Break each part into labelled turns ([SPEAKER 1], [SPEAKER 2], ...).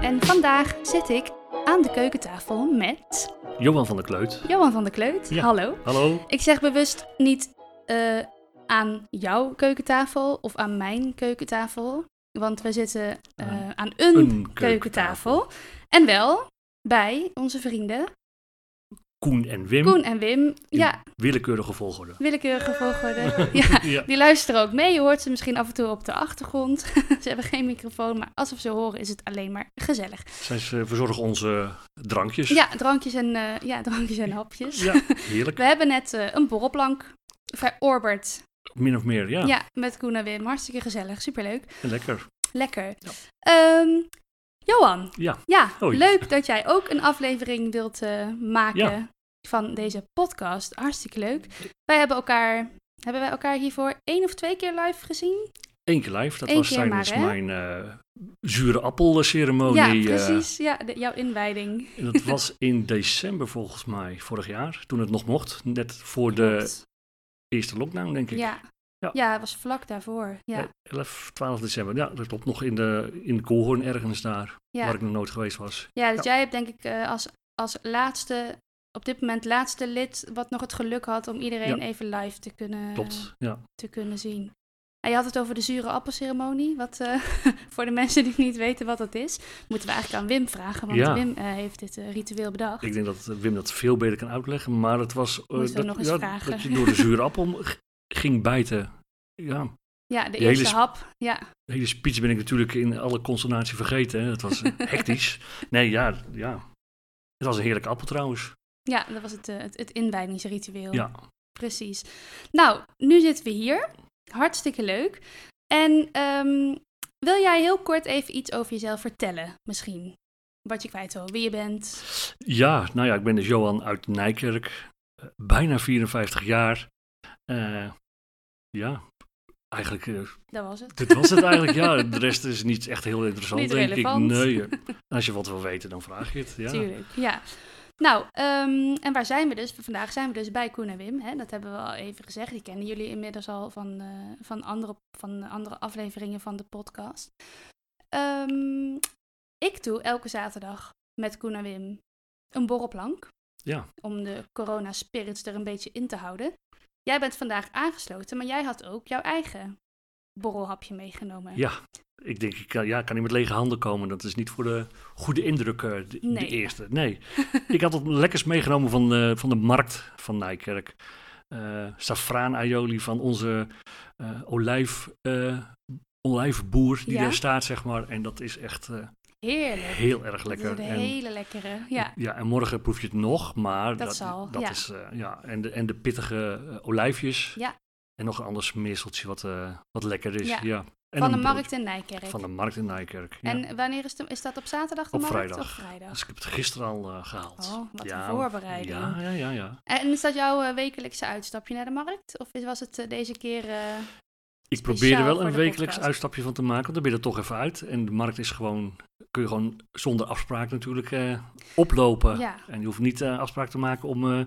[SPEAKER 1] En vandaag zit ik aan de keukentafel met
[SPEAKER 2] Johan van der Kleut.
[SPEAKER 1] Johan van der Kleut.
[SPEAKER 2] Ja.
[SPEAKER 1] Hallo.
[SPEAKER 2] Hallo.
[SPEAKER 1] Ik zeg bewust niet eh, aan jouw keukentafel of aan mijn keukentafel, want we zitten eh,
[SPEAKER 2] Aan
[SPEAKER 1] aan een,
[SPEAKER 2] een
[SPEAKER 1] keukentafel. En wel bij onze vrienden
[SPEAKER 2] Koen en Wim.
[SPEAKER 1] Koen en Wim. Ja,
[SPEAKER 2] Willekeurige volgorde.
[SPEAKER 1] willekeurige volgorde. ja,
[SPEAKER 2] Ja.
[SPEAKER 1] die luisteren ook mee. Je hoort ze misschien af en toe op de achtergrond. ze hebben geen microfoon, maar alsof ze horen is het alleen maar gezellig.
[SPEAKER 2] Zij ze verzorgen onze drankjes.
[SPEAKER 1] Ja, drankjes en, eh, ja, drankjes en hapjes.
[SPEAKER 2] Ja, heerlijk.
[SPEAKER 1] We hebben net eh, een borrelplank verorberd.
[SPEAKER 2] Min of meer, ja.
[SPEAKER 1] Ja. met Koen en Wim. Hartstikke gezellig, superleuk.
[SPEAKER 2] En Lekker.
[SPEAKER 1] Lekker.
[SPEAKER 2] Ja.
[SPEAKER 1] Ehm, Johan,
[SPEAKER 2] Ja.
[SPEAKER 1] ja
[SPEAKER 2] Hoi.
[SPEAKER 1] leuk dat jij ook een aflevering wilt eh, maken
[SPEAKER 2] Ja.
[SPEAKER 1] van deze podcast. Hartstikke leuk. Wij hebben elkaar, hebben wij elkaar hiervoor één of twee keer live gezien?
[SPEAKER 2] Eén keer live. Dat
[SPEAKER 1] Eén
[SPEAKER 2] was
[SPEAKER 1] keer
[SPEAKER 2] tijdens
[SPEAKER 1] maar, hè?
[SPEAKER 2] mijn eh, zure appelceremonie.
[SPEAKER 1] ja,
[SPEAKER 2] eh,
[SPEAKER 1] precies. ja, de- jouw inwijding.
[SPEAKER 2] en dat was in december volgens mij, vorig jaar. Toen het nog mocht. Net voor de
[SPEAKER 1] Klopt.
[SPEAKER 2] eerste lockdown, denk ik.
[SPEAKER 1] ja.
[SPEAKER 2] Ja.
[SPEAKER 1] ja, het was vlak daarvoor. Ja,
[SPEAKER 2] Eh, 11, 12 december. Ja, dat klopt. Nog in de, in de Koolhoorn ergens daar.
[SPEAKER 1] ja.
[SPEAKER 2] Waar ik nog nooit geweest was.
[SPEAKER 1] Ja, dus
[SPEAKER 2] Ja.
[SPEAKER 1] jij hebt denk ik eh, als, als laatste, op dit moment laatste lid, wat nog het geluk had om iedereen even live te kunnen,
[SPEAKER 2] Klopt. Ja.
[SPEAKER 1] te kunnen zien. En je had het over de zure appelceremonie. Wat eh, voor de mensen die niet weten wat dat is, moeten we eigenlijk aan Wim vragen. Want
[SPEAKER 2] Ja.
[SPEAKER 1] Wim eh, heeft dit eh, ritueel bedacht.
[SPEAKER 2] Ik denk dat eh, Wim dat veel beter kan uitleggen, maar het was eh,
[SPEAKER 1] Moeten we
[SPEAKER 2] dat,
[SPEAKER 1] nog eens vragen.
[SPEAKER 2] dat je door de zure appel g- ging bijten. Ja,
[SPEAKER 1] ja, de
[SPEAKER 2] die hele
[SPEAKER 1] eerste
[SPEAKER 2] sp-
[SPEAKER 1] hap. Ja,
[SPEAKER 2] de hele speech ben ik natuurlijk in alle consternatie vergeten. Hè. Het was eh, hectisch. Nee, ja, ja. Het was een heerlijke appel trouwens.
[SPEAKER 1] ja dat was het, eh, het, het inwijdingsritueel.
[SPEAKER 2] Ja,
[SPEAKER 1] Precies. Nou, nu zitten we hier. Hartstikke leuk. En ehm, wil jij heel kort even iets over jezelf vertellen, misschien? Wat je kwijt wil, wie je bent.
[SPEAKER 2] Ja, nou ja, ik ben dus Johan uit Nijkerk. eh, Bijna 54 jaar. Eh, ja, eigenlijk, eh,
[SPEAKER 1] Dat was het.
[SPEAKER 2] dit was het eigenlijk. Ja, de rest is niet echt heel interessant,
[SPEAKER 1] Niet
[SPEAKER 2] denk
[SPEAKER 1] relevant.
[SPEAKER 2] ik. Nee, eh, als je wat wil weten, dan vraag je het. Ja.
[SPEAKER 1] Tuurlijk, ja. Nou, ehm, en waar zijn we dus? Vandaag zijn we dus bij Koen en Wim. Hè? Dat hebben we al even gezegd. Die kennen jullie inmiddels al van, eh, van, andere, van andere afleveringen van de podcast. Ehm, ik doe elke zaterdag met Koen en Wim een borrelplank.
[SPEAKER 2] Ja.
[SPEAKER 1] Om de corona-spirits er een beetje in te houden. Jij bent vandaag aangesloten, maar jij had ook jouw eigen borrelhapje meegenomen.
[SPEAKER 2] Ja. Ik denk, ik kan, ja, kan niet met lege handen komen. Dat is niet voor de goede indruk, eh, de, de
[SPEAKER 1] Nee.
[SPEAKER 2] eerste. Nee. ik had wat lekkers meegenomen van de, van de markt van Nijkerk. Eh safraan aioli van onze eh, olijf, eh, olijfboer die
[SPEAKER 1] Ja.
[SPEAKER 2] daar staat, zeg maar. En dat is echt eh,
[SPEAKER 1] Heerlijk.
[SPEAKER 2] heel erg
[SPEAKER 1] Dat is
[SPEAKER 2] lekker.
[SPEAKER 1] een
[SPEAKER 2] En-
[SPEAKER 1] hele lekkere. Ja,
[SPEAKER 2] ja, en morgen proef je het nog, maar
[SPEAKER 1] Dat zal, ja.
[SPEAKER 2] is, eh, ja. En de, en de pittige eh, olijfjes.
[SPEAKER 1] Ja.
[SPEAKER 2] En nog een ander smeerseltje wat, eh, wat lekker is.
[SPEAKER 1] Ja.
[SPEAKER 2] Ja. En
[SPEAKER 1] van de
[SPEAKER 2] een brood.
[SPEAKER 1] markt in Nijkerk.
[SPEAKER 2] Van de markt in Nijkerk. Ja.
[SPEAKER 1] En wanneer is, de, is dat op zaterdag de
[SPEAKER 2] Op
[SPEAKER 1] markt?
[SPEAKER 2] vrijdag.
[SPEAKER 1] Op vrijdag.
[SPEAKER 2] Dus ik heb het gisteren al eh, gehaald.
[SPEAKER 1] Oh, wat
[SPEAKER 2] Ja,
[SPEAKER 1] een voorbereiding.
[SPEAKER 2] Ja, ja, ja, ja.
[SPEAKER 1] En is dat jouw eh, wekelijkse uitstapje naar de markt? Of is- was het eh, deze keer... eh,
[SPEAKER 2] Ik
[SPEAKER 1] Speciaal
[SPEAKER 2] probeer er wel
[SPEAKER 1] voor
[SPEAKER 2] een
[SPEAKER 1] de
[SPEAKER 2] wekelijks
[SPEAKER 1] podcast.
[SPEAKER 2] uitstapje van te maken, want dan ben je er toch even uit. En de markt is gewoon, kun je gewoon zonder afspraak natuurlijk eh, oplopen.
[SPEAKER 1] ja,
[SPEAKER 2] En je hoeft niet eh, afspraak te maken om eh,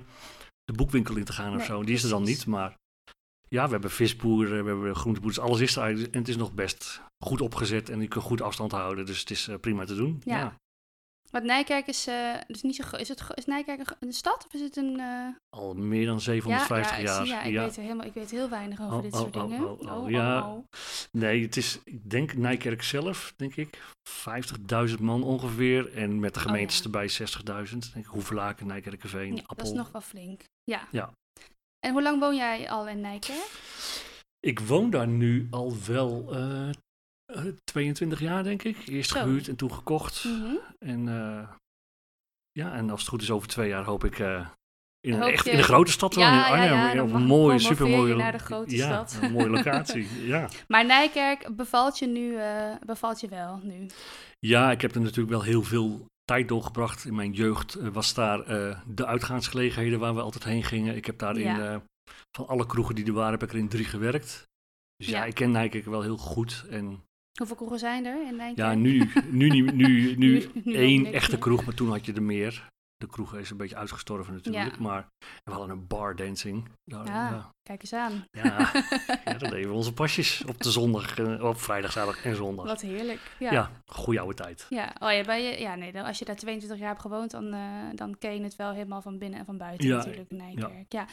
[SPEAKER 2] de boekwinkel in te gaan of
[SPEAKER 1] Nee,
[SPEAKER 2] zo. Die is er dan
[SPEAKER 1] precies.
[SPEAKER 2] niet, maar ja, we hebben visboeren, we hebben groenteboeren, dus alles is er eigenlijk. En het is nog best goed opgezet en je kunt goed afstand houden, dus het is eh, prima te doen.
[SPEAKER 1] Ja. want Nijkerk is eh, dus niet zo... gro- Is, het, gro- is Nijkerk een, gro- een stad of is het een... eh,
[SPEAKER 2] Al meer dan
[SPEAKER 1] ja,
[SPEAKER 2] 750
[SPEAKER 1] ja, ik zie-
[SPEAKER 2] jaar.
[SPEAKER 1] ja, ik, Weet er helemaal, ik weet heel weinig over
[SPEAKER 2] Oh,
[SPEAKER 1] dit
[SPEAKER 2] oh,
[SPEAKER 1] soort
[SPEAKER 2] oh,
[SPEAKER 1] dingen.
[SPEAKER 2] oh, oh, ja. Nee, het is, ik denk Nijkerk zelf, denk ik, 50.000 man ongeveer. En met de
[SPEAKER 1] Oh,
[SPEAKER 2] gemeentes
[SPEAKER 1] ja.
[SPEAKER 2] erbij 60.000. Denk ik, Hoevelaken, Nijkerkerveen,
[SPEAKER 1] Ja, dat
[SPEAKER 2] Appel.
[SPEAKER 1] is nog wel flink. Ja.
[SPEAKER 2] Ja.
[SPEAKER 1] En hoe lang woon jij al in Nijkerk?
[SPEAKER 2] Ik woon daar nu al wel eh, eh, 22 jaar, denk ik. Eerst
[SPEAKER 1] Zo.
[SPEAKER 2] gehuurd en toen gekocht.
[SPEAKER 1] Mhm.
[SPEAKER 2] En eh, ja, en als het goed is over twee jaar hoop ik eh, in, een
[SPEAKER 1] Hoop
[SPEAKER 2] echt,
[SPEAKER 1] je-
[SPEAKER 2] in een grote stad wel,
[SPEAKER 1] Ja,
[SPEAKER 2] in Arnhem.
[SPEAKER 1] ja, ja, dan
[SPEAKER 2] op
[SPEAKER 1] mag-
[SPEAKER 2] een mooie,
[SPEAKER 1] promoveer je
[SPEAKER 2] supermooie...
[SPEAKER 1] naar de grote
[SPEAKER 2] ja,
[SPEAKER 1] stad.
[SPEAKER 2] een mooie locatie, ja.
[SPEAKER 1] Maar Nijkerk bevalt je nu... eh, bevalt je wel nu?
[SPEAKER 2] Ja, ik heb er natuurlijk wel heel veel tijd doorgebracht. In mijn jeugd eh, was daar eh, de uitgaansgelegenheden waar we altijd heen gingen. Ik heb daar in,
[SPEAKER 1] Ja.
[SPEAKER 2] eh, van alle kroegen die er waren, heb ik er in drie gewerkt. Dus ja,
[SPEAKER 1] Ja.
[SPEAKER 2] ik ken Nijkerk wel heel goed. En
[SPEAKER 1] Hoeveel kroegen zijn er in Nijkerk?
[SPEAKER 2] ja, nu, nu, nu, nu,
[SPEAKER 1] Nu-
[SPEAKER 2] nu,
[SPEAKER 1] nu ook
[SPEAKER 2] één
[SPEAKER 1] niks
[SPEAKER 2] echte
[SPEAKER 1] meer.
[SPEAKER 2] kroeg, maar toen had je er meer. de kroeg is een beetje uitgestorven natuurlijk,
[SPEAKER 1] Ja. Ah.
[SPEAKER 2] maar we hadden een bar dancing. Daar,
[SPEAKER 1] Ja.
[SPEAKER 2] ja.
[SPEAKER 1] Kijk eens aan.
[SPEAKER 2] Ja, Ah, ja, dat deden we onze pasjes op de zondag, eh, op vrijdag, zaterdag en zondag.
[SPEAKER 1] Wat heerlijk. Ja.
[SPEAKER 2] ja,
[SPEAKER 1] ja.
[SPEAKER 2] goeie oude tijd.
[SPEAKER 1] Oh ja, bij je, ja nee, dan- als je daar 22 jaar hebt gewoond, dan, eh, dan ken je het wel helemaal van binnen en van buiten
[SPEAKER 2] Ja,
[SPEAKER 1] natuurlijk, Nijkerk. Ja.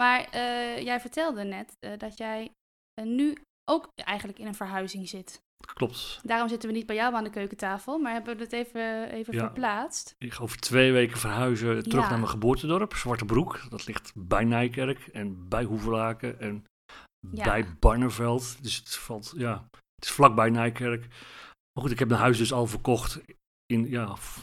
[SPEAKER 1] Maar eh, jij vertelde net eh, dat jij eh, nu ook eigenlijk in een verhuizing zit.
[SPEAKER 2] Klopt.
[SPEAKER 1] Daarom zitten we niet bij jou aan de keukentafel, maar hebben we het even, even
[SPEAKER 2] Ja.
[SPEAKER 1] verplaatst.
[SPEAKER 2] Ik ga over twee weken verhuizen terug
[SPEAKER 1] Ja.
[SPEAKER 2] naar mijn geboortedorp, Zwartebroek. Dat ligt bij Nijkerk en bij Hoevelaken en
[SPEAKER 1] Ja.
[SPEAKER 2] bij Barneveld. Dus het valt, ja, het is vlakbij Nijkerk. Maar goed, ik heb mijn huis dus al verkocht in, ja, v-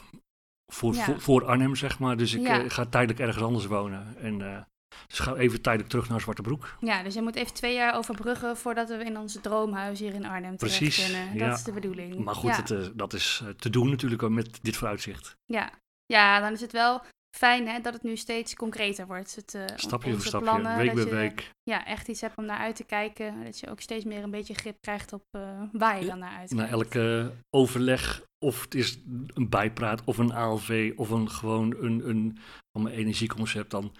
[SPEAKER 2] voor,
[SPEAKER 1] Ja.
[SPEAKER 2] Voor, voor Arnhem, zeg maar. Dus ik
[SPEAKER 1] Ja.
[SPEAKER 2] eh, ga tijdelijk ergens anders wonen. En, eh, dus ga even tijdelijk terug naar Zwartebroek.
[SPEAKER 1] Ja, dus je moet even twee jaar overbruggen voordat we in ons droomhuis hier in Arnhem terecht
[SPEAKER 2] Precies,
[SPEAKER 1] kunnen. Dat
[SPEAKER 2] ja.
[SPEAKER 1] is de bedoeling.
[SPEAKER 2] Maar goed,
[SPEAKER 1] ja.
[SPEAKER 2] dat, eh, dat is eh, te doen natuurlijk ook met dit vooruitzicht.
[SPEAKER 1] Ja. ja, dan is het wel fijn hè, dat het nu steeds concreter wordt. Het, eh,
[SPEAKER 2] Stapje voor
[SPEAKER 1] onze
[SPEAKER 2] stapje,
[SPEAKER 1] plannen,
[SPEAKER 2] week
[SPEAKER 1] dat
[SPEAKER 2] bij
[SPEAKER 1] je,
[SPEAKER 2] week.
[SPEAKER 1] Ja, echt iets hebt om naar uit te kijken. Dat je ook steeds meer een beetje grip krijgt op eh, waar je dan naar uitkijkt.
[SPEAKER 2] Na elke overleg, of het is een bijpraat, of een ALV, of een, gewoon een, een, van mijn energieconcept, dan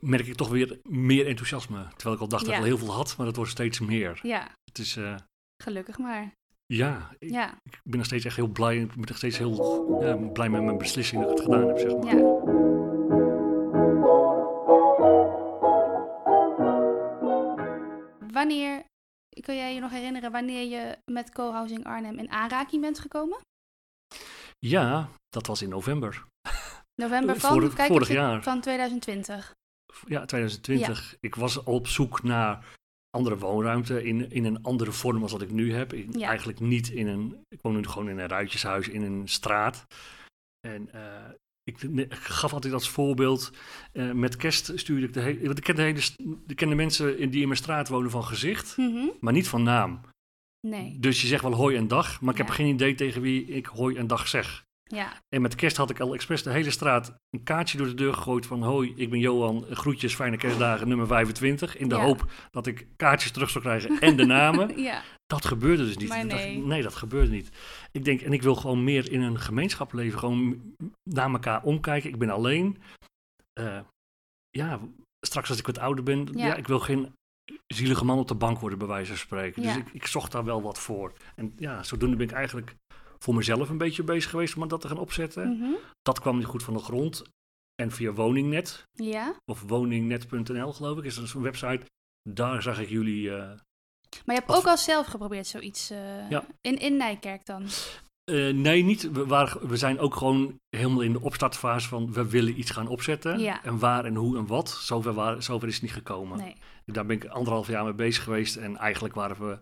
[SPEAKER 2] merk ik toch weer meer enthousiasme. Terwijl ik al dacht dat
[SPEAKER 1] Ja.
[SPEAKER 2] ik al heel veel had, maar dat wordt steeds meer.
[SPEAKER 1] Ja,
[SPEAKER 2] Het is, eh,
[SPEAKER 1] gelukkig maar.
[SPEAKER 2] ja, ik
[SPEAKER 1] Ja,
[SPEAKER 2] ben nog steeds echt heel blij. Ik ben nog steeds heel ja, blij met mijn beslissing dat ik het gedaan heb, zeg maar.
[SPEAKER 1] ja. Wanneer, kun jij je nog herinneren wanneer je met co-housing Arnhem in aanraking bent gekomen?
[SPEAKER 2] Ja, dat was in november.
[SPEAKER 1] November
[SPEAKER 2] Eh,
[SPEAKER 1] van,
[SPEAKER 2] vorig-
[SPEAKER 1] even kijken,
[SPEAKER 2] vorig
[SPEAKER 1] ik zit-
[SPEAKER 2] jaar.
[SPEAKER 1] van 2020.
[SPEAKER 2] ja, 2020. Ik was al op zoek naar andere woonruimte in, in een andere vorm als dat ik nu heb. Ik-
[SPEAKER 1] Ja.
[SPEAKER 2] Eigenlijk niet in een... Ik woon nu gewoon in een ruitjeshuis in een straat. En eh, ik, ne- ik gaf altijd als voorbeeld... eh, met kerst stuurde ik de hele... Want ik ken de, hele, st- ik ken de mensen in- die in mijn straat wonen van gezicht,
[SPEAKER 1] Mhm.
[SPEAKER 2] maar niet van naam.
[SPEAKER 1] Nee,
[SPEAKER 2] Dus je zegt wel hoi en dag, maar ik
[SPEAKER 1] Ja.
[SPEAKER 2] heb geen idee tegen wie ik hoi en dag zeg.
[SPEAKER 1] ja,
[SPEAKER 2] En met kerst had ik al expres de hele straat een kaartje door de deur gegooid van... Hoi, ik ben Johan, groetjes, fijne kerstdagen, nummer 25. In de
[SPEAKER 1] Ja.
[SPEAKER 2] hoop dat ik kaartjes terug zou krijgen en de namen.
[SPEAKER 1] ja,
[SPEAKER 2] Dat gebeurde dus niet.
[SPEAKER 1] Maar
[SPEAKER 2] Ik dacht,
[SPEAKER 1] nee.
[SPEAKER 2] nee, dat gebeurde niet. Ik denk, en ik wil gewoon meer in een gemeenschap leven. Gewoon m- naar elkaar omkijken. Ik ben alleen. Eh, ja, straks als ik wat ouder ben,
[SPEAKER 1] Ja.
[SPEAKER 2] ja. ik wil geen zielige man op de bank worden, bij wijze van spreken.
[SPEAKER 1] Ja.
[SPEAKER 2] Dus ik, ik zocht daar wel wat voor. En ja, zodoende ben ik eigenlijk voor mezelf een beetje bezig geweest om dat te gaan opzetten.
[SPEAKER 1] mhm.
[SPEAKER 2] Dat kwam niet goed van de grond. En via Woningnet,
[SPEAKER 1] ja.
[SPEAKER 2] of woningnet.nl geloof ik, is dat zo'n website. Daar zag ik jullie... eh,
[SPEAKER 1] Maar je hebt
[SPEAKER 2] Wat-
[SPEAKER 1] ook al zelf geprobeerd zoiets eh,
[SPEAKER 2] Ja.
[SPEAKER 1] in, in Nijkerk dan.
[SPEAKER 2] eh, nee, niet. We, waren, we zijn ook gewoon helemaal in de opstartfase van... we willen iets gaan opzetten.
[SPEAKER 1] Ja.
[SPEAKER 2] En waar en hoe en wat. Zover, wa- zover is het niet gekomen.
[SPEAKER 1] Nee.
[SPEAKER 2] Daar ben ik anderhalf jaar mee bezig geweest. En eigenlijk waren we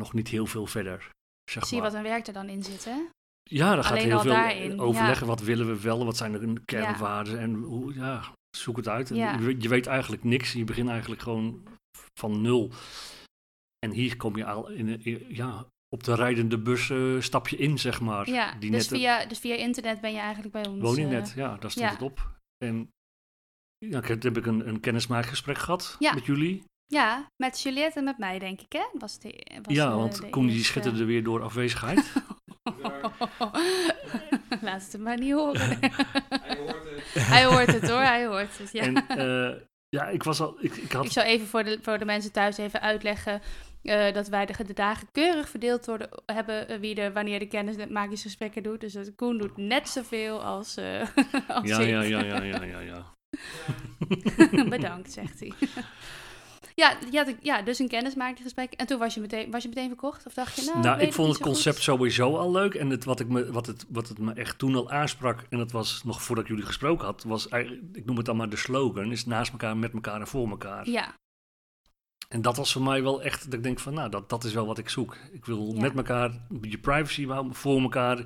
[SPEAKER 2] nog niet heel veel verder. Zeg
[SPEAKER 1] Zie je
[SPEAKER 2] maar.
[SPEAKER 1] wat een werk er dan in zit, hè?
[SPEAKER 2] Ja, daar gaat
[SPEAKER 1] Alleen
[SPEAKER 2] heel
[SPEAKER 1] al
[SPEAKER 2] veel
[SPEAKER 1] daarin,
[SPEAKER 2] overleggen. Wat willen we wel? Wat zijn de kernwaarden? En hoe, ja, zoek het uit. En
[SPEAKER 1] Ja.
[SPEAKER 2] je, weet- je weet eigenlijk niks. Je begint eigenlijk gewoon van nul. En hier kom je al in, in- ja, op de rijdende bus eh, stap je in, zeg maar.
[SPEAKER 1] Ja,
[SPEAKER 2] die
[SPEAKER 1] dus,
[SPEAKER 2] net-
[SPEAKER 1] via, dus via internet ben je eigenlijk bij ons.
[SPEAKER 2] Woningnet,
[SPEAKER 1] eh,
[SPEAKER 2] ja, daar stond
[SPEAKER 1] ja.
[SPEAKER 2] het op. En ja, ik heb, heb ik een, een kennismaakgesprek gehad
[SPEAKER 1] Ja.
[SPEAKER 2] met jullie.
[SPEAKER 1] ja, met Juliette en met mij, denk ik, hè? Was de, was,
[SPEAKER 2] ja,
[SPEAKER 1] eh,
[SPEAKER 2] want
[SPEAKER 1] de
[SPEAKER 2] Koen die
[SPEAKER 1] eerste-
[SPEAKER 2] schitterde weer door afwezigheid.
[SPEAKER 1] Laat het hem maar niet horen. Hij hoort het hoor, hij hoort het. Ja.
[SPEAKER 2] En eh, ja, ik was al... Ik, ik had
[SPEAKER 1] Ik zal even voor de, voor de mensen thuis even uitleggen eh, dat wij de, de dagen keurig verdeeld worden, hebben eh, wie de, wanneer de kennismakingsgesprekken doet. Dus dat Koen doet net zoveel als, eh als
[SPEAKER 2] Ja,
[SPEAKER 1] ik.
[SPEAKER 2] ja, ja, ja, ja, ja, ja.
[SPEAKER 1] Bedankt, zegt hij. ja, je had een- ja, dus een kennismakingsgesprek. En toen was je meteen, was je meteen verkocht? Of dacht je, nou,
[SPEAKER 2] Nou,
[SPEAKER 1] weet
[SPEAKER 2] ik vond
[SPEAKER 1] niet
[SPEAKER 2] het
[SPEAKER 1] zo goed?
[SPEAKER 2] concept sowieso al leuk. En het, wat, ik me, wat, het, wat het me echt toen al aansprak, en dat was nog voordat ik jullie gesproken had, was eigenlijk, ik noem het dan maar de slogan, is naast elkaar, met elkaar en voor elkaar.
[SPEAKER 1] Ja,
[SPEAKER 2] En dat was voor mij wel echt, dat ik denk van, nou, dat, dat is wel wat ik zoek. Ik wil
[SPEAKER 1] Ja.
[SPEAKER 2] met elkaar je privacy houden, voor elkaar,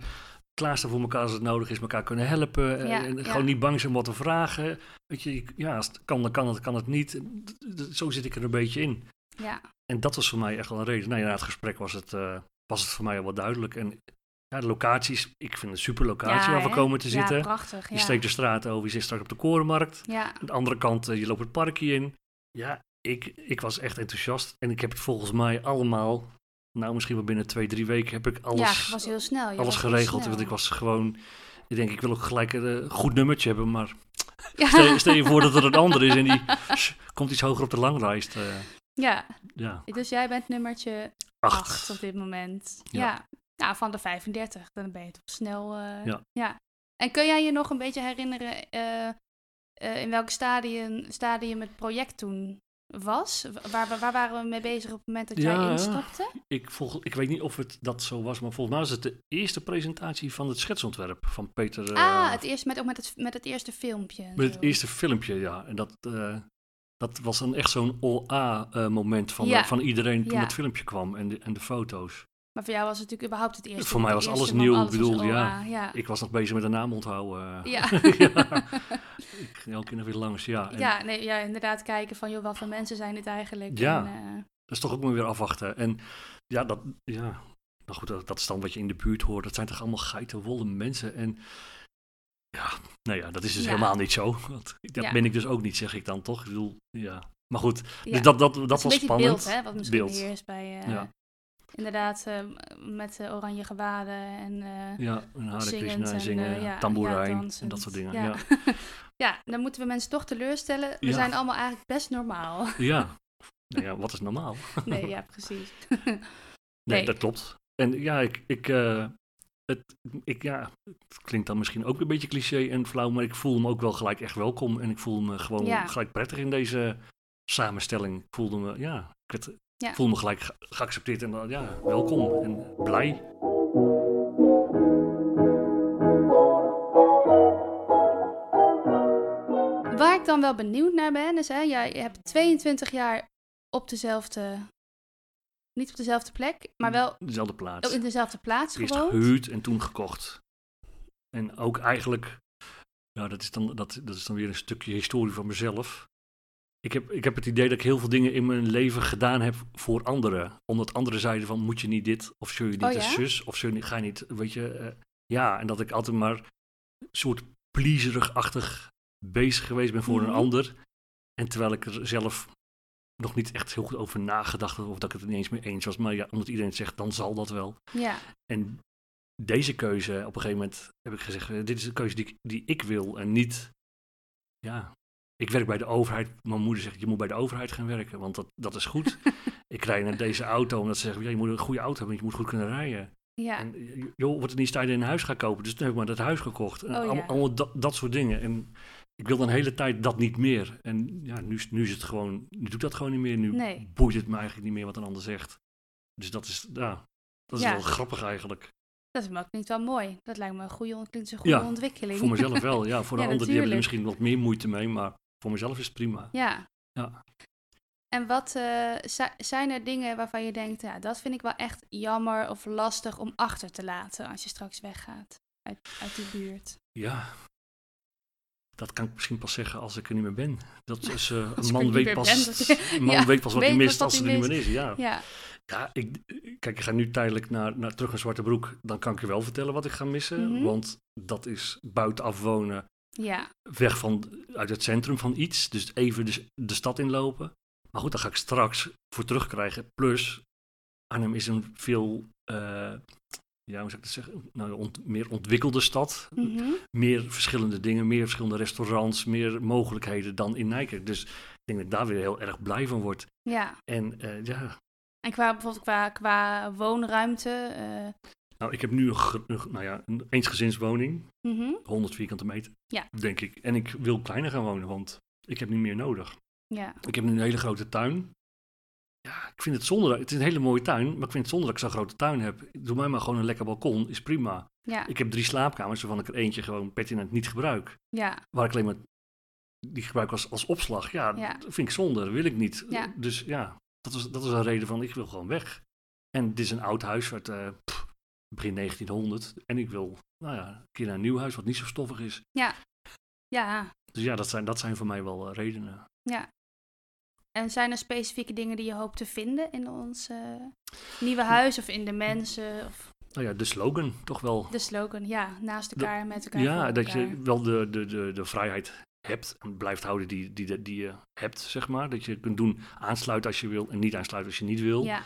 [SPEAKER 2] klaarstaan voor elkaar als het nodig is, elkaar kunnen helpen. eh,
[SPEAKER 1] Ja,
[SPEAKER 2] en
[SPEAKER 1] ja.
[SPEAKER 2] gewoon niet bang zijn om wat te vragen. Weet je, ik- ja, als het kan, dan kan het, kan het niet. D- d- Zo zit ik er een beetje in.
[SPEAKER 1] ja,
[SPEAKER 2] En dat was voor mij echt wel een reden. Nou ja, na het gesprek was het, eh, was het voor mij al wel duidelijk. En ja, de locaties, ik vind het een super locatie
[SPEAKER 1] ja,
[SPEAKER 2] waar we
[SPEAKER 1] hè?
[SPEAKER 2] komen te
[SPEAKER 1] ja,
[SPEAKER 2] zitten.
[SPEAKER 1] prachtig.
[SPEAKER 2] Je
[SPEAKER 1] Ja.
[SPEAKER 2] steekt de straat over, je zit straks op de korenmarkt.
[SPEAKER 1] ja,
[SPEAKER 2] Aan de andere kant, eh, je loopt het parkje in. Ja, ik, ik was echt enthousiast. En ik heb het volgens mij allemaal, nou misschien wel binnen twee, drie weken, heb ik
[SPEAKER 1] ja,
[SPEAKER 2] alles,
[SPEAKER 1] was heel snel. je
[SPEAKER 2] alles
[SPEAKER 1] was heel
[SPEAKER 2] geregeld.
[SPEAKER 1] snel.
[SPEAKER 2] Want ik was gewoon, Ik denk, ik wil ook gelijk een eh, goed nummertje hebben, maar
[SPEAKER 1] Ja.
[SPEAKER 2] stel, stel je voor dat er een ander is en die komt iets hoger op de langlijst. eh,
[SPEAKER 1] Ja,
[SPEAKER 2] ja,
[SPEAKER 1] dus jij bent nummertje
[SPEAKER 2] acht.
[SPEAKER 1] 8 op dit moment.
[SPEAKER 2] Ja.
[SPEAKER 1] Ja. Nou, van de 35, dan ben je toch snel. eh,
[SPEAKER 2] Ja.
[SPEAKER 1] ja. En kun jij je nog een beetje herinneren eh, eh, in welk stadium, stadium het project toen was? Wa- Waar, we- waar waren we mee bezig op het moment dat
[SPEAKER 2] Ja.
[SPEAKER 1] jij instapte?
[SPEAKER 2] Ik, volg, ik weet niet of het dat zo was, maar volgens mij was het de eerste presentatie van het schetsontwerp van Peter. eh,
[SPEAKER 1] ah, het eerste, met, ook met het, met het eerste filmpje. en
[SPEAKER 2] Met het
[SPEAKER 1] zo.
[SPEAKER 2] eerste filmpje, ja. En dat, eh, dat was dan echt zo'n OA-moment van,
[SPEAKER 1] Ja.
[SPEAKER 2] eh, van iedereen toen
[SPEAKER 1] Ja.
[SPEAKER 2] het filmpje kwam en de, en de foto's.
[SPEAKER 1] Maar voor jou was het natuurlijk überhaupt het eerste.
[SPEAKER 2] Voor mij
[SPEAKER 1] de
[SPEAKER 2] was alles
[SPEAKER 1] eerste, want
[SPEAKER 2] nieuw,
[SPEAKER 1] alles was
[SPEAKER 2] bedoel, ja.
[SPEAKER 1] OA, ja.
[SPEAKER 2] Ik was nog bezig met de naam onthouden.
[SPEAKER 1] Ja.
[SPEAKER 2] ja. Ik ging elke keer nog weer langs, ja. En
[SPEAKER 1] Ja, nee, ja, inderdaad kijken van, joh, wat voor mensen zijn dit eigenlijk?
[SPEAKER 2] Ja.
[SPEAKER 1] En, eh,
[SPEAKER 2] Dat is toch ook maar weer afwachten. En ja, dat, ja. Nou goed, dat, dat is dan wat je in de buurt hoort. Dat zijn toch allemaal geitenwollen mensen. En ja, nou ja, dat is dus
[SPEAKER 1] Ja.
[SPEAKER 2] helemaal niet zo. Want dat
[SPEAKER 1] Ja.
[SPEAKER 2] ben ik dus ook niet, zeg ik dan toch. Ik bedoel, ja. Maar goed,
[SPEAKER 1] ja.
[SPEAKER 2] dus dat, dat, dat,
[SPEAKER 1] is
[SPEAKER 2] was
[SPEAKER 1] een beetje
[SPEAKER 2] spannend.
[SPEAKER 1] het beeld, hè, wat misschien
[SPEAKER 2] Beeld.
[SPEAKER 1] hier is bij... eh,
[SPEAKER 2] Ja.
[SPEAKER 1] Inderdaad, eh, met eh, oranje gewaden en eh,
[SPEAKER 2] Ja, en Hare
[SPEAKER 1] zingend
[SPEAKER 2] Krishna en zingen,
[SPEAKER 1] eh, ja, ja,
[SPEAKER 2] tamboerijn en
[SPEAKER 1] dansend.
[SPEAKER 2] dat soort dingen. Ja,
[SPEAKER 1] Ja.
[SPEAKER 2] ja.
[SPEAKER 1] Ja, dan moeten we mensen toch teleurstellen. We
[SPEAKER 2] Ja.
[SPEAKER 1] zijn allemaal eigenlijk best normaal.
[SPEAKER 2] Nou ja, wat is normaal?
[SPEAKER 1] Nee, ja, precies.
[SPEAKER 2] Nee,
[SPEAKER 1] Nee.
[SPEAKER 2] dat klopt. En ja, ik, ik, eh, het, ik, ja, het klinkt dan misschien ook een beetje cliché en flauw, maar ik voel me ook wel gelijk echt welkom. En ik voel me gewoon
[SPEAKER 1] Ja.
[SPEAKER 2] gelijk prettig in deze samenstelling. Ik voelde me, ja, ik werd,
[SPEAKER 1] Ja.
[SPEAKER 2] ik voel me gelijk ge- geaccepteerd en dan, ja, welkom en blij.
[SPEAKER 1] Waar ik dan wel benieuwd naar ben, is hè, jij hebt 22 jaar op dezelfde... Niet op dezelfde plek, maar wel
[SPEAKER 2] Dezelfde plaats.
[SPEAKER 1] in dezelfde plaats
[SPEAKER 2] Mm. Eerst
[SPEAKER 1] gewoond.
[SPEAKER 2] gehuurd en toen gekocht. En ook eigenlijk, nou, dat, is dan, dat, dat is dan weer een stukje historie van mezelf. Ik heb, ik heb het idee dat ik heel veel dingen in mijn leven gedaan heb voor anderen. Omdat anderen zeiden van, moet je niet dit, of zul je niet
[SPEAKER 1] Oh,
[SPEAKER 2] een
[SPEAKER 1] ja?
[SPEAKER 2] zus, of zul je niet, ga je niet, weet je. eh, ja, en dat ik altijd maar een soort pleaserachtig bezig geweest ben voor
[SPEAKER 1] Mhm.
[SPEAKER 2] een ander. En terwijl ik er zelf nog niet echt heel goed over nagedacht had, of dat ik het ineens mee eens was. Maar ja, omdat iedereen het zegt, dan zal dat wel.
[SPEAKER 1] Ja,
[SPEAKER 2] En deze keuze, op een gegeven moment heb ik gezegd, eh, dit is de keuze die ik, die ik wil en niet, ja, ik werk bij de overheid. Mijn moeder zegt, je moet bij de overheid gaan werken, want dat, dat is goed. ik rij naar deze auto omdat ze zeggen, ja, je moet een goede auto hebben, want je moet goed kunnen rijden.
[SPEAKER 1] ja.
[SPEAKER 2] En eh, joh, wordt het niet tijd in een huis gaan kopen, dus toen heb ik maar dat huis gekocht. En
[SPEAKER 1] Oh, ja.
[SPEAKER 2] allemaal, allemaal dat, dat soort dingen. En ik wilde een hele tijd dat niet meer. En ja, nu, is- nu is het gewoon, nu doe ik dat gewoon niet meer. Nu
[SPEAKER 1] Nee.
[SPEAKER 2] boeit het me eigenlijk niet meer wat een ander zegt. Dus dat is, ja, dat is
[SPEAKER 1] Ja.
[SPEAKER 2] wel grappig eigenlijk.
[SPEAKER 1] Dat is- klinkt wel mooi. Dat lijkt me een goede, ont- klinkt een goede
[SPEAKER 2] Ja,
[SPEAKER 1] ontwikkeling.
[SPEAKER 2] Voor mezelf wel, ja. Voor de
[SPEAKER 1] Ja,
[SPEAKER 2] anderen die hebben
[SPEAKER 1] natuurlijk.
[SPEAKER 2] er misschien wat meer moeite mee, maar voor mezelf is het prima.
[SPEAKER 1] Ja.
[SPEAKER 2] Ja.
[SPEAKER 1] En wat eh, zi- zijn er dingen waarvan je denkt, ja, dat vind ik wel echt jammer of lastig om achter te laten als je straks weggaat uit, uit die buurt?
[SPEAKER 2] Ja. Dat kan ik misschien pas zeggen als ik er niet meer ben. Dat is,
[SPEAKER 1] Als
[SPEAKER 2] eh, een
[SPEAKER 1] ik er
[SPEAKER 2] man,
[SPEAKER 1] niet
[SPEAKER 2] weet
[SPEAKER 1] meer
[SPEAKER 2] pas,
[SPEAKER 1] ben, dat-
[SPEAKER 2] een man
[SPEAKER 1] ja,
[SPEAKER 2] weet pas wat hij
[SPEAKER 1] weet pas
[SPEAKER 2] mist
[SPEAKER 1] wat
[SPEAKER 2] als hij
[SPEAKER 1] hij
[SPEAKER 2] er niet meer is. Ja,
[SPEAKER 1] Ja,
[SPEAKER 2] ja ik, kijk, ik ga nu tijdelijk naar, naar, terug naar Zwarte Broek. Dan kan ik je wel vertellen wat ik ga missen.
[SPEAKER 1] Mhm.
[SPEAKER 2] Want dat is buitenaf wonen,
[SPEAKER 1] ja,
[SPEAKER 2] weg van, uit het centrum van iets. Dus even de, de stad inlopen. Maar goed, daar ga ik straks voor terugkrijgen. Plus, Arnhem is een veel, eh, ja, hoe zou ik dat zeggen? Nou, ont- meer ontwikkelde stad.
[SPEAKER 1] mhm,
[SPEAKER 2] Meer verschillende dingen, meer verschillende restaurants, meer mogelijkheden dan in Nijkerk. Dus ik denk dat ik daar weer heel erg blij van word.
[SPEAKER 1] ja.
[SPEAKER 2] En eh, ja,
[SPEAKER 1] En qua bijvoorbeeld qua, qua woonruimte. eh,
[SPEAKER 2] nou, ik heb nu een, gr- een- nou ja, een eensgezinswoning,
[SPEAKER 1] mhm,
[SPEAKER 2] 100 vierkante meter,
[SPEAKER 1] Ja.
[SPEAKER 2] denk ik. En ik wil kleiner gaan wonen, want ik heb niet meer nodig.
[SPEAKER 1] ja.
[SPEAKER 2] Ik heb nu een hele grote tuin. Ja, ik vind het zonde. dat- Het is een hele mooie tuin, maar ik vind het zonde dat ik zo'n grote tuin heb. Doe mij maar gewoon een lekker balkon, is prima.
[SPEAKER 1] Ja,
[SPEAKER 2] Ik heb drie slaapkamers, waarvan ik er eentje gewoon pertinent niet gebruik.
[SPEAKER 1] ja,
[SPEAKER 2] Waar ik alleen maar die gebruik als, als opslag. Ja,
[SPEAKER 1] Ja.
[SPEAKER 2] dat vind ik zonde, dat wil ik niet.
[SPEAKER 1] Ja.
[SPEAKER 2] Dus ja, dat was, dat was een reden van ik wil gewoon weg. En dit is een oud huis uit eh, pff, begin 1900. En ik wil, nou ja, een keer naar een nieuw huis wat niet zo stoffig is.
[SPEAKER 1] ja.
[SPEAKER 2] Dus ja, dat zijn, dat zijn voor mij wel eh, redenen.
[SPEAKER 1] En zijn er specifieke dingen die je hoopt te vinden in ons eh, nieuwe huis of in de mensen of
[SPEAKER 2] Nou ja, de slogan toch wel.
[SPEAKER 1] de slogan? Ja, naast
[SPEAKER 2] Dat-
[SPEAKER 1] elkaar, met elkaar.
[SPEAKER 2] Ja,
[SPEAKER 1] voor
[SPEAKER 2] dat je
[SPEAKER 1] elkaar.
[SPEAKER 2] wel de, de, de, de vrijheid hebt en blijft houden die, die, die je hebt, zeg maar. Dat je kunt doen, aansluiten als je wil en niet aansluiten als je niet wil.
[SPEAKER 1] Ja,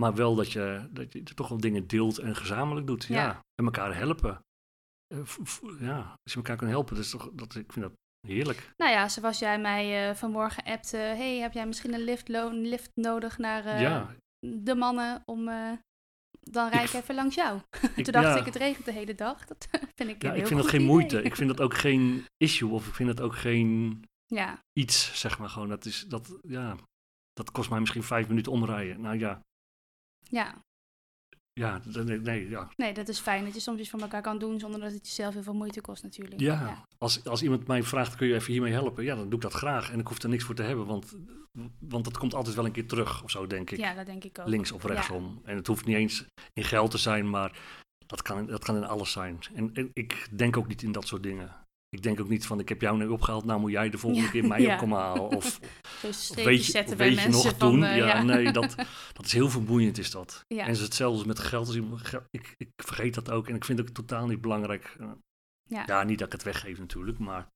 [SPEAKER 2] Maar wel dat je, dat je toch wel dingen deelt en gezamenlijk doet. Ja.
[SPEAKER 1] Ja.
[SPEAKER 2] En elkaar helpen. eh, v- v- ja, als je elkaar kan helpen, dat is toch, dat, ik vind dat heerlijk.
[SPEAKER 1] Nou ja, zoals jij mij eh, vanmorgen appte. hey, heb jij misschien een lift, lo- een lift nodig naar eh,
[SPEAKER 2] ja,
[SPEAKER 1] de mannen om... eh, dan rijd ik
[SPEAKER 2] v-
[SPEAKER 1] even langs jou.
[SPEAKER 2] ik,
[SPEAKER 1] Toen dacht
[SPEAKER 2] ja,
[SPEAKER 1] ik, het regent de hele dag. Dat vind ik
[SPEAKER 2] ja,
[SPEAKER 1] een
[SPEAKER 2] ik
[SPEAKER 1] heel
[SPEAKER 2] vind dat
[SPEAKER 1] goed
[SPEAKER 2] geen
[SPEAKER 1] idee.
[SPEAKER 2] moeite. Ik vind dat ook geen issue of ik vind dat ook geen
[SPEAKER 1] Ja,
[SPEAKER 2] iets, zeg maar gewoon. Dat, is, dat, ja, dat kost mij misschien vijf minuten omrijden. Nou ja,
[SPEAKER 1] ja.
[SPEAKER 2] ja, d- nee, nee, ja.
[SPEAKER 1] Nee, dat is fijn dat je soms iets van elkaar kan doen zonder dat het jezelf heel veel moeite kost natuurlijk.
[SPEAKER 2] ja. Als, als iemand mij vraagt, kun je even hiermee helpen? Ja, dan doe ik dat graag en ik hoef er niks voor te hebben, want, want dat komt altijd wel een keer terug of zo, denk ik.
[SPEAKER 1] Ja, dat denk ik ook.
[SPEAKER 2] links of rechtsom. En het hoeft niet eens in geld te zijn, maar dat kan, dat kan in alles zijn. En, en ik denk ook niet in dat soort dingen. Ik denk ook niet van, ik heb jou nu opgehaald, nou moet jij de volgende
[SPEAKER 1] Ja,
[SPEAKER 2] keer mij
[SPEAKER 1] ja.
[SPEAKER 2] op komen halen. Of,
[SPEAKER 1] Zo'n
[SPEAKER 2] of
[SPEAKER 1] streepjes
[SPEAKER 2] weet je,
[SPEAKER 1] zetten
[SPEAKER 2] of
[SPEAKER 1] bij
[SPEAKER 2] weet je
[SPEAKER 1] mensen
[SPEAKER 2] nog
[SPEAKER 1] van,
[SPEAKER 2] toen?
[SPEAKER 1] eh,
[SPEAKER 2] ja, nee, dat, dat is heel vermoeiend is dat.
[SPEAKER 1] Ja.
[SPEAKER 2] En het is hetzelfde als met geld. Als iemand geld- ik, ik vergeet dat ook en ik vind het ook totaal niet belangrijk. Eh,
[SPEAKER 1] Ja.
[SPEAKER 2] ja, niet dat ik het weggeef natuurlijk, maar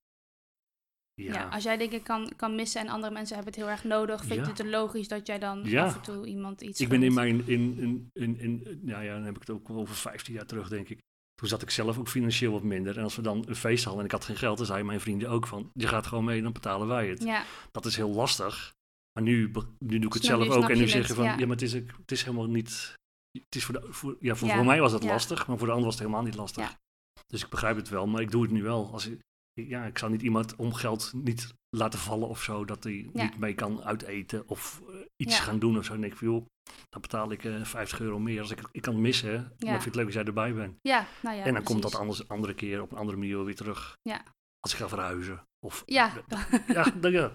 [SPEAKER 1] Ja,
[SPEAKER 2] ja. Ja,
[SPEAKER 1] als jij dingen kan, kan missen en andere mensen hebben het heel erg nodig, vind
[SPEAKER 2] Ja.
[SPEAKER 1] ik het logisch dat jij dan
[SPEAKER 2] Ja.
[SPEAKER 1] af en toe iemand iets
[SPEAKER 2] Ik ben in
[SPEAKER 1] gunt.
[SPEAKER 2] mijn, in, in, in, in, nou ja, dan heb ik het ook wel over 15 jaar terug, denk ik. Toen zat ik zelf ook financieel wat minder. En als we dan een feest hadden en ik had geen geld, dan zeiden mijn vrienden ook van, je gaat gewoon mee, dan betalen wij het.
[SPEAKER 1] Ja,
[SPEAKER 2] Dat is heel lastig. Maar nu, be- nu doe ik het
[SPEAKER 1] Snap- nu
[SPEAKER 2] zelf ook.
[SPEAKER 1] snap
[SPEAKER 2] En nu
[SPEAKER 1] je
[SPEAKER 2] zeg je
[SPEAKER 1] het,
[SPEAKER 2] van, ja,
[SPEAKER 1] ja.
[SPEAKER 2] maar het is, ook- het is helemaal niet, het is voor, de, voor, ja, voor,
[SPEAKER 1] Ja,
[SPEAKER 2] voor mij was dat
[SPEAKER 1] ja.
[SPEAKER 2] lastig, maar voor de ander was het helemaal niet lastig.
[SPEAKER 1] Ja.
[SPEAKER 2] Dus ik begrijp het wel, maar ik doe het nu wel. Als ik, ik- ja, ik zou niet iemand om geld niet laten vallen of zo, dat hij
[SPEAKER 1] Ja.
[SPEAKER 2] niet mee kan uiteten of eh, iets
[SPEAKER 1] Ja.
[SPEAKER 2] gaan doen of zo. En ik van, joh, dan betaal ik eh 50 euro meer. Als ik, ik kan het missen, hè. maar ik vind het leuk als jij erbij bent.
[SPEAKER 1] ja, nou ja.
[SPEAKER 2] en dan komt dat
[SPEAKER 1] precies.
[SPEAKER 2] anders andere keer op een andere manier weer terug.
[SPEAKER 1] Ja.
[SPEAKER 2] Als ik ga verhuizen. Of,
[SPEAKER 1] Ja,
[SPEAKER 2] ja, nou ja,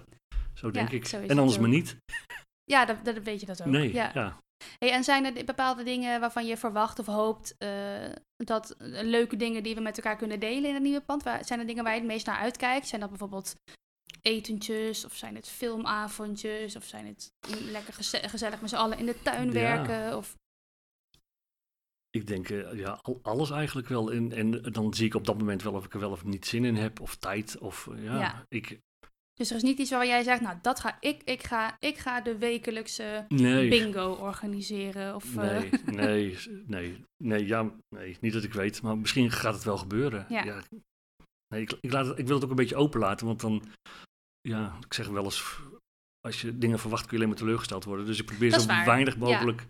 [SPEAKER 2] zo denk ik.
[SPEAKER 1] zo is
[SPEAKER 2] En
[SPEAKER 1] het
[SPEAKER 2] anders
[SPEAKER 1] ook.
[SPEAKER 2] maar niet.
[SPEAKER 1] ja dat, dat weet je dat ook.
[SPEAKER 2] Nee,
[SPEAKER 1] ja.
[SPEAKER 2] ja.
[SPEAKER 1] Hey, en zijn er di- bepaalde dingen waarvan je verwacht of hoopt eh, dat eh, leuke dingen die we met elkaar kunnen delen in het nieuwe pand? Waar, zijn er dingen waar je het meest naar uitkijkt? Zijn dat bijvoorbeeld etentjes of zijn het filmavondjes of zijn het mm, lekker geze- gezellig met z'n allen in de tuin
[SPEAKER 2] Ja.
[SPEAKER 1] werken? Of,
[SPEAKER 2] Ik denk eh, ja, al- alles eigenlijk wel. En, en eh, dan zie ik op dat moment wel of ik er wel of niet zin in heb. Of tijd. Of eh, ja,
[SPEAKER 1] Ja.
[SPEAKER 2] ik...
[SPEAKER 1] dus er is niet iets waar jij zegt, nou dat ga ik, ik ga, ik ga de wekelijkse
[SPEAKER 2] Nee.
[SPEAKER 1] bingo organiseren of... eh,
[SPEAKER 2] Nee, nee, s- nee, nee, ja, nee, niet dat ik weet, maar misschien gaat het wel gebeuren.
[SPEAKER 1] Ja.
[SPEAKER 2] Nee, ik, ik, laat het- ik wil het ook een beetje open laten, want dan, ja, ik zeg wel eens, als je dingen verwacht kun je alleen maar teleurgesteld worden. Dus ik probeer
[SPEAKER 1] Dat
[SPEAKER 2] zo
[SPEAKER 1] is waar,
[SPEAKER 2] weinig
[SPEAKER 1] ja.
[SPEAKER 2] mogelijk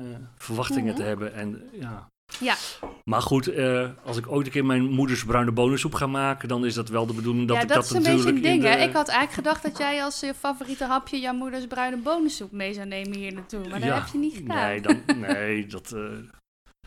[SPEAKER 2] eh, verwachtingen
[SPEAKER 1] Mhm.
[SPEAKER 2] te hebben. En, ja.
[SPEAKER 1] Ja.
[SPEAKER 2] Maar goed, eh, als ik ooit een keer mijn moeders bruine bonensoep ga maken, dan is dat wel de bedoeling dat
[SPEAKER 1] ja,
[SPEAKER 2] ik
[SPEAKER 1] dat,
[SPEAKER 2] dat,
[SPEAKER 1] is een beetje
[SPEAKER 2] natuurlijk
[SPEAKER 1] een ding,
[SPEAKER 2] in
[SPEAKER 1] hè?
[SPEAKER 2] de-
[SPEAKER 1] Ik had eigenlijk gedacht dat jij als je favoriete hapje jouw moeders bruine bonensoep mee zou nemen hier naartoe. Maar dat
[SPEAKER 2] Ja,
[SPEAKER 1] heb je niet gedaan.
[SPEAKER 2] Nee, dan, nee dat, eh,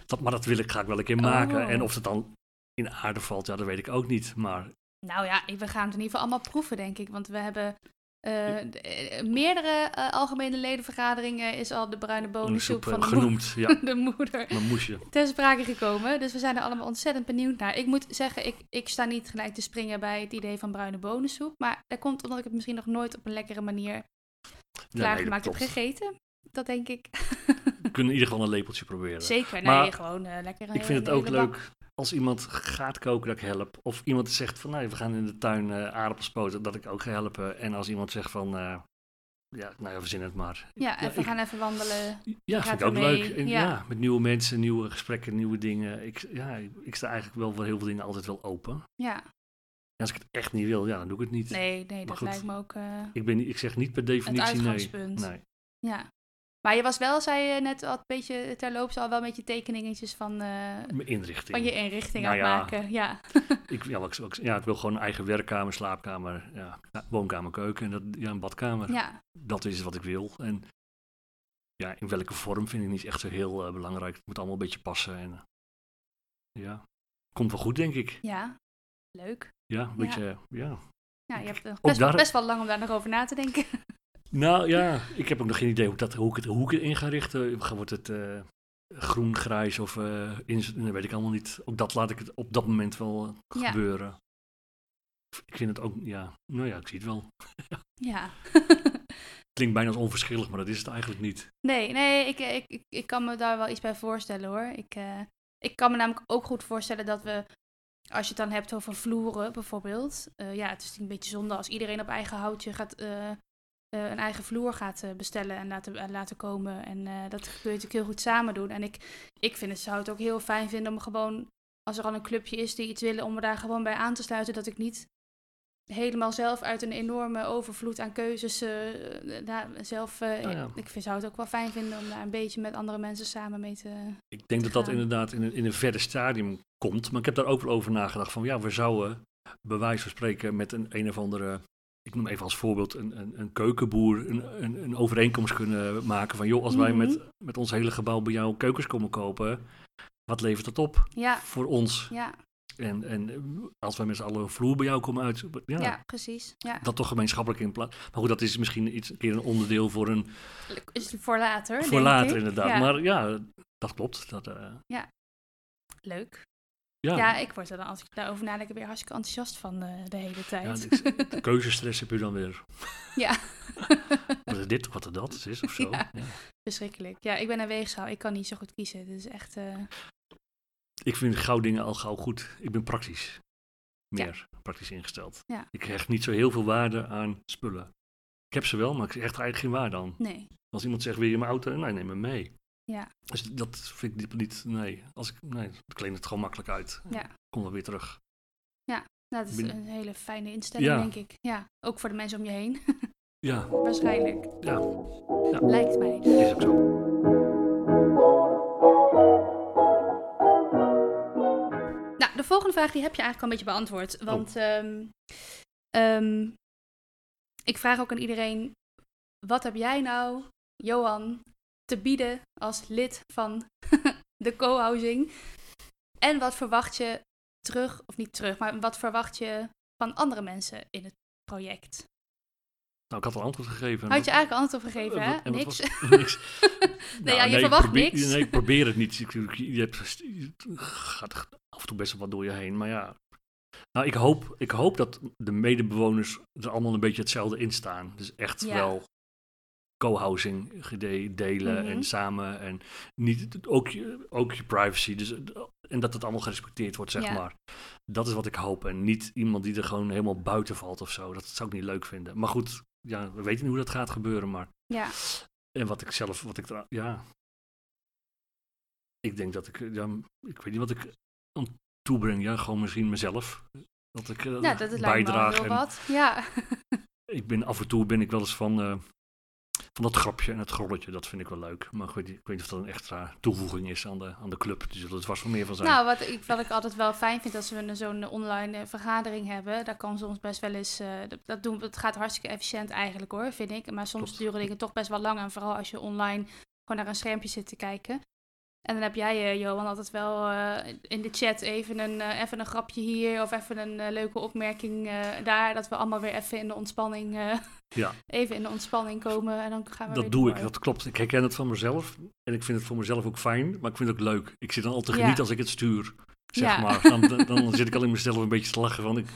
[SPEAKER 2] dat, maar dat wil ik graag wel een keer maken.
[SPEAKER 1] Oh.
[SPEAKER 2] En of het dan in aarde valt, ja, dat weet ik ook niet. Maar
[SPEAKER 1] Nou ja, ik- we gaan het in ieder geval allemaal proeven, denk ik. Want we hebben eh, de- eh, meerdere eh, algemene ledenvergaderingen is al de bruine bonensoep
[SPEAKER 2] soep eh,
[SPEAKER 1] van de, mo-
[SPEAKER 2] genoemd, ja,
[SPEAKER 1] de moeder
[SPEAKER 2] mijn moesje.
[SPEAKER 1] ter sprake gekomen. Dus we zijn er allemaal ontzettend benieuwd naar. Ik moet zeggen, ik, ik sta niet gelijk te springen bij het idee van bruine bonensoep. Maar dat komt omdat ik het misschien nog nooit op een lekkere manier klaargemaakt heb
[SPEAKER 2] We
[SPEAKER 1] gegeten. Dat denk ik.
[SPEAKER 2] kunnen in ieder geval een lepeltje proberen.
[SPEAKER 1] Zeker,
[SPEAKER 2] Maar
[SPEAKER 1] nee, gewoon eh, lekker een
[SPEAKER 2] Ik vind het
[SPEAKER 1] hele
[SPEAKER 2] ook
[SPEAKER 1] bak.
[SPEAKER 2] leuk als iemand gaat koken dat ik help. Of iemand zegt van, nee, we gaan in de tuin eh, aardappels poten, dat ik ook ga helpen. En als iemand zegt van, eh, ja, nou ja, verzin het maar.
[SPEAKER 1] Ja, en
[SPEAKER 2] Ja,
[SPEAKER 1] we
[SPEAKER 2] ik-
[SPEAKER 1] gaan even wandelen.
[SPEAKER 2] Ja,
[SPEAKER 1] Gaat
[SPEAKER 2] vind ik ook
[SPEAKER 1] er mee,
[SPEAKER 2] leuk. En
[SPEAKER 1] ja.
[SPEAKER 2] ja. met nieuwe mensen, nieuwe gesprekken, nieuwe dingen. Ik, ja, ik, ik sta eigenlijk wel voor heel veel dingen altijd wel open.
[SPEAKER 1] Ja,
[SPEAKER 2] En als ik het echt niet wil, ja, dan doe ik het niet.
[SPEAKER 1] nee, nee, dat
[SPEAKER 2] goed.
[SPEAKER 1] lijkt me ook... eh,
[SPEAKER 2] Ik, ben, niet- ik zeg niet per definitie nee.
[SPEAKER 1] uitgangspunt.
[SPEAKER 2] nee.
[SPEAKER 1] Ja. Maar je was wel, zei je net al een beetje terloops, al wel met je tekeningetjes van, eh,
[SPEAKER 2] Mijn inrichting.
[SPEAKER 1] van je inrichting
[SPEAKER 2] Nou
[SPEAKER 1] aan
[SPEAKER 2] ja.
[SPEAKER 1] het maken. Ja.
[SPEAKER 2] ik, ja, wat ik- wat ik- ja, ik wil gewoon een eigen werkkamer, slaapkamer, ja, ja, woonkamer, keuken en dat, ja, een badkamer.
[SPEAKER 1] ja.
[SPEAKER 2] Dat is wat ik wil. En ja, in welke vorm vind ik niet echt zo heel eh, belangrijk. Het moet allemaal een beetje passen. En, eh, ja, komt wel goed, denk ik.
[SPEAKER 1] Ja. Leuk.
[SPEAKER 2] Ja, een beetje, ja.
[SPEAKER 1] Ja, je hebt nog best,
[SPEAKER 2] daar-
[SPEAKER 1] best wel lang om daar nog over na te denken.
[SPEAKER 2] Nou ja, ik heb ook nog geen idee hoe ik, dat, hoe ik, het, hoe ik het in ga richten. Ga- Wordt het eh, groen, grijs of eh ins- nee, weet ik allemaal niet. Ook dat laat ik het op dat moment wel eh,
[SPEAKER 1] Ja.
[SPEAKER 2] gebeuren. Ik vind het ook, ja, nou ja, ik zie het wel.
[SPEAKER 1] Ja.
[SPEAKER 2] Klinkt bijna als onverschillig, maar dat is het eigenlijk niet.
[SPEAKER 1] Nee, nee, ik, ik, ik, ik kan me daar wel iets bij voorstellen hoor. Ik, eh, ik kan me namelijk ook goed voorstellen dat we, als je het dan hebt over vloeren bijvoorbeeld. eh, ja, het is een beetje zonde als iedereen op eigen houtje gaat, eh, eh, een eigen vloer gaat eh, bestellen en laten, en laten komen. En eh, dat kun je natuurlijk heel goed samen doen. En ik, ik vind het, zou het ook heel fijn vinden om gewoon als er al een clubje is die iets willen, om me daar gewoon bij aan te sluiten, dat ik niet helemaal zelf uit een enorme overvloed aan keuzes eh, nou, zelf... eh,
[SPEAKER 2] Nou ja.
[SPEAKER 1] Ik vind, zou het ook wel fijn vinden om daar een beetje met andere mensen samen mee te...
[SPEAKER 2] Ik denk dat dat
[SPEAKER 1] gaan.
[SPEAKER 2] inderdaad in een, in een verder stadium komt. Maar ik heb daar ook wel over nagedacht. Van ja, we zouden bij wijze van spreken met een, een of andere. Ik noem even als voorbeeld een, een, een keukenboer. Een, een, een overeenkomst kunnen maken. Van joh, als
[SPEAKER 1] Mhm.
[SPEAKER 2] wij met, met ons hele gebouw bij jou keukens komen kopen. Wat levert dat op
[SPEAKER 1] Ja,
[SPEAKER 2] voor ons?
[SPEAKER 1] ja,
[SPEAKER 2] En, en als wij met z'n allen een vloer bij jou komen uit. Ja,
[SPEAKER 1] ja, precies. Ja.
[SPEAKER 2] Dat toch gemeenschappelijk in plaats. Maar goed, dat is misschien iets, een keer een onderdeel voor, een,
[SPEAKER 1] Is het voor later,
[SPEAKER 2] voor
[SPEAKER 1] denk
[SPEAKER 2] later
[SPEAKER 1] ik.
[SPEAKER 2] inderdaad.
[SPEAKER 1] Ja,
[SPEAKER 2] Maar ja, dat klopt. Dat, eh,
[SPEAKER 1] Leuk.
[SPEAKER 2] ja,
[SPEAKER 1] Ja. ik word er dan, als ik daarover nadenk, weer hartstikke enthousiast van eh, de hele
[SPEAKER 2] Ja, dus-
[SPEAKER 1] tijd.
[SPEAKER 2] dit is- keuzestress heb je dan weer.
[SPEAKER 1] Ja.
[SPEAKER 2] Wat is dit, wat er dat is of zo.
[SPEAKER 1] Ja.
[SPEAKER 2] Ja.
[SPEAKER 1] Verschrikkelijk. Ja, ik ben een weegschaal. Ik kan niet zo goed kiezen. Het is echt... eh,
[SPEAKER 2] Ik vind gauw dingen al gauw goed. Ik ben praktisch. Meer praktisch ingesteld.
[SPEAKER 1] Ja.
[SPEAKER 2] Ik hecht niet zo heel veel waarde aan spullen. Ik heb ze wel, maar ik hecht er eigenlijk geen waarde aan.
[SPEAKER 1] nee.
[SPEAKER 2] Als iemand zegt, wil je mijn auto? Nee, neem me mee.
[SPEAKER 1] Ja.
[SPEAKER 2] Dus dat vind ik niet- niet, nee. Als ik, nee, ik kleen het gewoon makkelijk uit.
[SPEAKER 1] Ja.
[SPEAKER 2] Kom wel weer terug.
[SPEAKER 1] Nou, dat is
[SPEAKER 2] Binnen-
[SPEAKER 1] een hele fijne instelling,
[SPEAKER 2] Ja.
[SPEAKER 1] denk ik. Ja, ook voor de mensen om je heen.
[SPEAKER 2] Ja,
[SPEAKER 1] Waarschijnlijk.
[SPEAKER 2] Ja. Ja.
[SPEAKER 1] Lijkt mij.
[SPEAKER 2] is ook zo.
[SPEAKER 1] Nou, de volgende vraag die heb je eigenlijk al een beetje beantwoord.
[SPEAKER 2] Oh.
[SPEAKER 1] Want ehm, ehm, ik vraag ook aan iedereen: wat heb jij nou, Johan, te bieden als lid van de co-housing? En wat verwacht je terug, of niet terug, maar wat verwacht je van andere mensen in het project?
[SPEAKER 2] Nou, ik had al antwoord gegeven.
[SPEAKER 1] Had je eigenlijk een antwoord op gegeven,
[SPEAKER 2] Eh, wat-
[SPEAKER 1] hè?
[SPEAKER 2] en wat
[SPEAKER 1] Niks.
[SPEAKER 2] was- niks. Nou,
[SPEAKER 1] ja, je
[SPEAKER 2] ik
[SPEAKER 1] verwacht
[SPEAKER 2] probeer-
[SPEAKER 1] niks.
[SPEAKER 2] Nee, ik probeer het niet. Ik- ik- Je, hebt, je gaat af en toe best wel wat door je heen, maar ja. Nou, ik hoop, ik hoop dat de medebewoners er allemaal een beetje hetzelfde in staan. Dus echt
[SPEAKER 1] Ja.
[SPEAKER 2] wel co-housing gede- delen
[SPEAKER 1] Mhm.
[SPEAKER 2] en samen en niet, ook, je, ook je privacy. Dus, en dat het allemaal gerespecteerd wordt, zeg
[SPEAKER 1] Ja.
[SPEAKER 2] maar. Dat is wat ik hoop. En niet iemand die er gewoon helemaal buiten valt of zo. Dat zou ik niet leuk vinden. Maar goed, ja, we weten niet hoe dat gaat gebeuren, maar
[SPEAKER 1] Ja,
[SPEAKER 2] en wat ik zelf, wat ik er- ja. Ik denk dat ik, eh, ja, ik weet niet wat ik aan toebreng. Ja, gewoon misschien mezelf. Dat ik eh,
[SPEAKER 1] ja Nou, dat het lijkt me al
[SPEAKER 2] bijdraag.
[SPEAKER 1] heel
[SPEAKER 2] en
[SPEAKER 1] wat. Ja.
[SPEAKER 2] Ik ben af en toe ben ik wel eens van, eh, van dat grapje en het grolletje. Dat vind ik wel leuk. Maar ik weet, niet- ik weet niet of dat een extra toevoeging is aan de, aan de club. Dus dat was wel meer van zijn.
[SPEAKER 1] Nou, wat ik, wat ik altijd wel fijn vind als we een- zo'n online eh, vergadering hebben, daar kan soms best wel eens. eh, dat- dat, doen, dat gaat hartstikke efficiënt eigenlijk hoor, vind ik. Maar soms
[SPEAKER 2] Klopt.
[SPEAKER 1] duren dingen toch best wel lang. En vooral als je online gewoon naar een schermpje zit te kijken. En dan heb jij, eh, Johan, altijd wel eh, in de chat even een, eh, even een grapje hier of even een eh, leuke opmerking eh, daar. Dat we allemaal weer even in de ontspanning, eh,
[SPEAKER 2] Ja.
[SPEAKER 1] even in de ontspanning komen. En dan gaan we weer
[SPEAKER 2] dat doe ik,
[SPEAKER 1] door.
[SPEAKER 2] dat klopt. Ik herken het van mezelf. En ik vind het voor mezelf ook fijn. Maar ik vind het ook leuk. Ik zit dan al te
[SPEAKER 1] Ja.
[SPEAKER 2] genieten als ik het stuur. Zeg
[SPEAKER 1] Ja.
[SPEAKER 2] maar. Dan, dan, dan zit ik al in mezelf een beetje te lachen. Van, ik,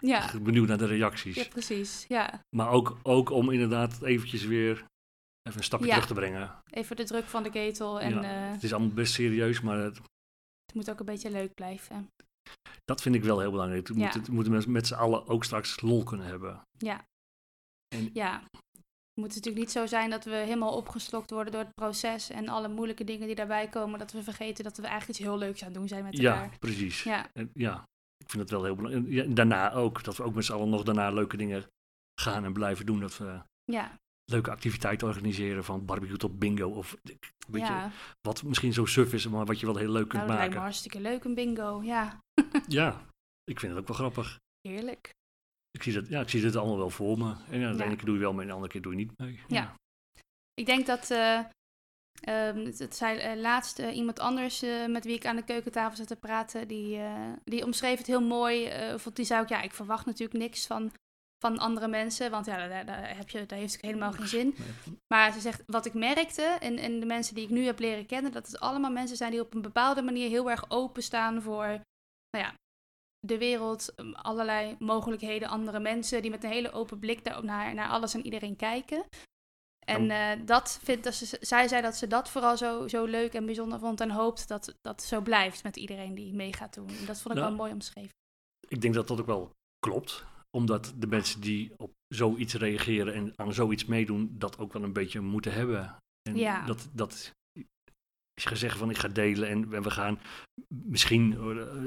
[SPEAKER 1] Ja,
[SPEAKER 2] benieuwd naar de reacties.
[SPEAKER 1] ja, precies. Ja.
[SPEAKER 2] Maar ook, ook om inderdaad eventjes weer even een stapje
[SPEAKER 1] Ja.
[SPEAKER 2] terug te brengen.
[SPEAKER 1] Even de druk van de ketel en
[SPEAKER 2] Ja.
[SPEAKER 1] eh,
[SPEAKER 2] Het is allemaal best serieus, maar het-
[SPEAKER 1] het moet ook een beetje leuk blijven.
[SPEAKER 2] dat vind ik wel heel belangrijk. Het moet,
[SPEAKER 1] Ja.
[SPEAKER 2] het moeten mensen met z'n allen ook straks lol kunnen hebben.
[SPEAKER 1] Ja. Het moet natuurlijk niet zo zijn dat we helemaal opgeslokt worden door het proces en alle moeilijke dingen die daarbij komen, dat we vergeten dat we eigenlijk iets heel leuks aan het doen zijn met
[SPEAKER 2] Ja,
[SPEAKER 1] elkaar.
[SPEAKER 2] precies. Ja.
[SPEAKER 1] Ja,
[SPEAKER 2] ja, ik vind het wel heel belangrijk. En ja, en daarna ook, dat we ook met z'n allen nog daarna leuke dingen gaan en blijven doen. Dat we
[SPEAKER 1] ja,
[SPEAKER 2] leuke activiteiten organiseren, van barbecue tot bingo. Of weet
[SPEAKER 1] ja.
[SPEAKER 2] je, wat misschien zo suf is, maar wat je wel heel leuk
[SPEAKER 1] Nou,
[SPEAKER 2] kunt
[SPEAKER 1] dat lijkt me
[SPEAKER 2] maken.
[SPEAKER 1] hartstikke leuk, een bingo. Ja,
[SPEAKER 2] Ja, ik vind het ook wel grappig.
[SPEAKER 1] heerlijk.
[SPEAKER 2] Ik zie, dat, ja, ik zie dit allemaal wel voor me. En ja, de
[SPEAKER 1] Ja.
[SPEAKER 2] ene keer doe je wel mee, en de andere keer doe je niet mee.
[SPEAKER 1] Ja. Ik denk dat, eh, ehm, het, het zei eh, laatst eh, iemand anders eh, met wie ik aan de keukentafel zat te praten, die, eh, die omschreef het heel mooi. eh, want die zei ook, ja, ik verwacht natuurlijk niks van, van andere mensen, want ja, daar, daar, heb je, daar heeft het helemaal geen zin.
[SPEAKER 2] Nee.
[SPEAKER 1] Maar ze zegt, wat ik merkte en, en de mensen die ik nu heb leren kennen, dat het allemaal mensen zijn die op een bepaalde manier heel erg openstaan voor nou ja, de wereld, um, allerlei mogelijkheden, andere mensen, die met een hele open blik daar, naar, naar alles en iedereen kijken. En
[SPEAKER 2] Nou.
[SPEAKER 1] eh, dat vindt, dat ze, zij zei dat ze dat vooral zo, zo leuk en bijzonder vond en hoopt dat dat zo blijft met iedereen die mee gaat doen. En dat vond ik
[SPEAKER 2] Ja.
[SPEAKER 1] wel mooi omschreven.
[SPEAKER 2] Ik denk dat dat ook wel klopt. Omdat de mensen die op zoiets reageren en aan zoiets meedoen, dat ook wel een beetje moeten hebben. En
[SPEAKER 1] Ja.
[SPEAKER 2] dat, dat, Als je gaat zeggen van ik ga delen en, en we gaan misschien eh,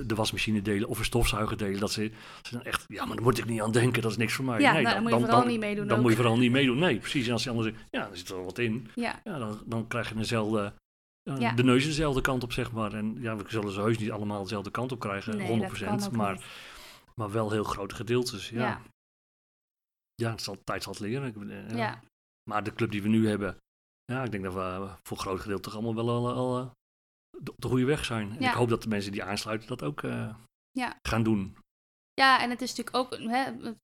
[SPEAKER 2] de wasmachine delen of een stofzuiger delen. Dat ze, ze dan echt, ja, maar daar moet ik niet aan denken, dat is niks voor mij.
[SPEAKER 1] Ja,
[SPEAKER 2] nee,
[SPEAKER 1] nou, dan moet je vooral niet meedoen
[SPEAKER 2] Dan
[SPEAKER 1] ook.
[SPEAKER 2] moet je vooral niet meedoen. Nee, precies. En als die anderen zeggen, ja, daar zit er wel wat in.
[SPEAKER 1] Ja,
[SPEAKER 2] Ja, dan, dan krijg je dezelfde, eh,
[SPEAKER 1] Ja.
[SPEAKER 2] de neus dezelfde kant op, zeg maar. En ja, we zullen ze heus niet allemaal dezelfde kant op krijgen,
[SPEAKER 1] nee,
[SPEAKER 2] 100%.
[SPEAKER 1] dat kan ook
[SPEAKER 2] Eh, maar,
[SPEAKER 1] niet.
[SPEAKER 2] maar wel heel grote gedeeltes. Ja, ja.
[SPEAKER 1] Ja.
[SPEAKER 2] het zal tijd zal het leren. Ik ben- eh,
[SPEAKER 1] Ja.
[SPEAKER 2] Maar de club die we nu hebben, ja, ik denk dat we eh, voor een groot gedeelte toch allemaal wel al, al, eh, de- op de goede weg zijn. En
[SPEAKER 1] Ja.
[SPEAKER 2] ik hoop dat de mensen die aansluiten dat ook eh,
[SPEAKER 1] Ja.
[SPEAKER 2] gaan doen.
[SPEAKER 1] ja, en het is natuurlijk ook hè, het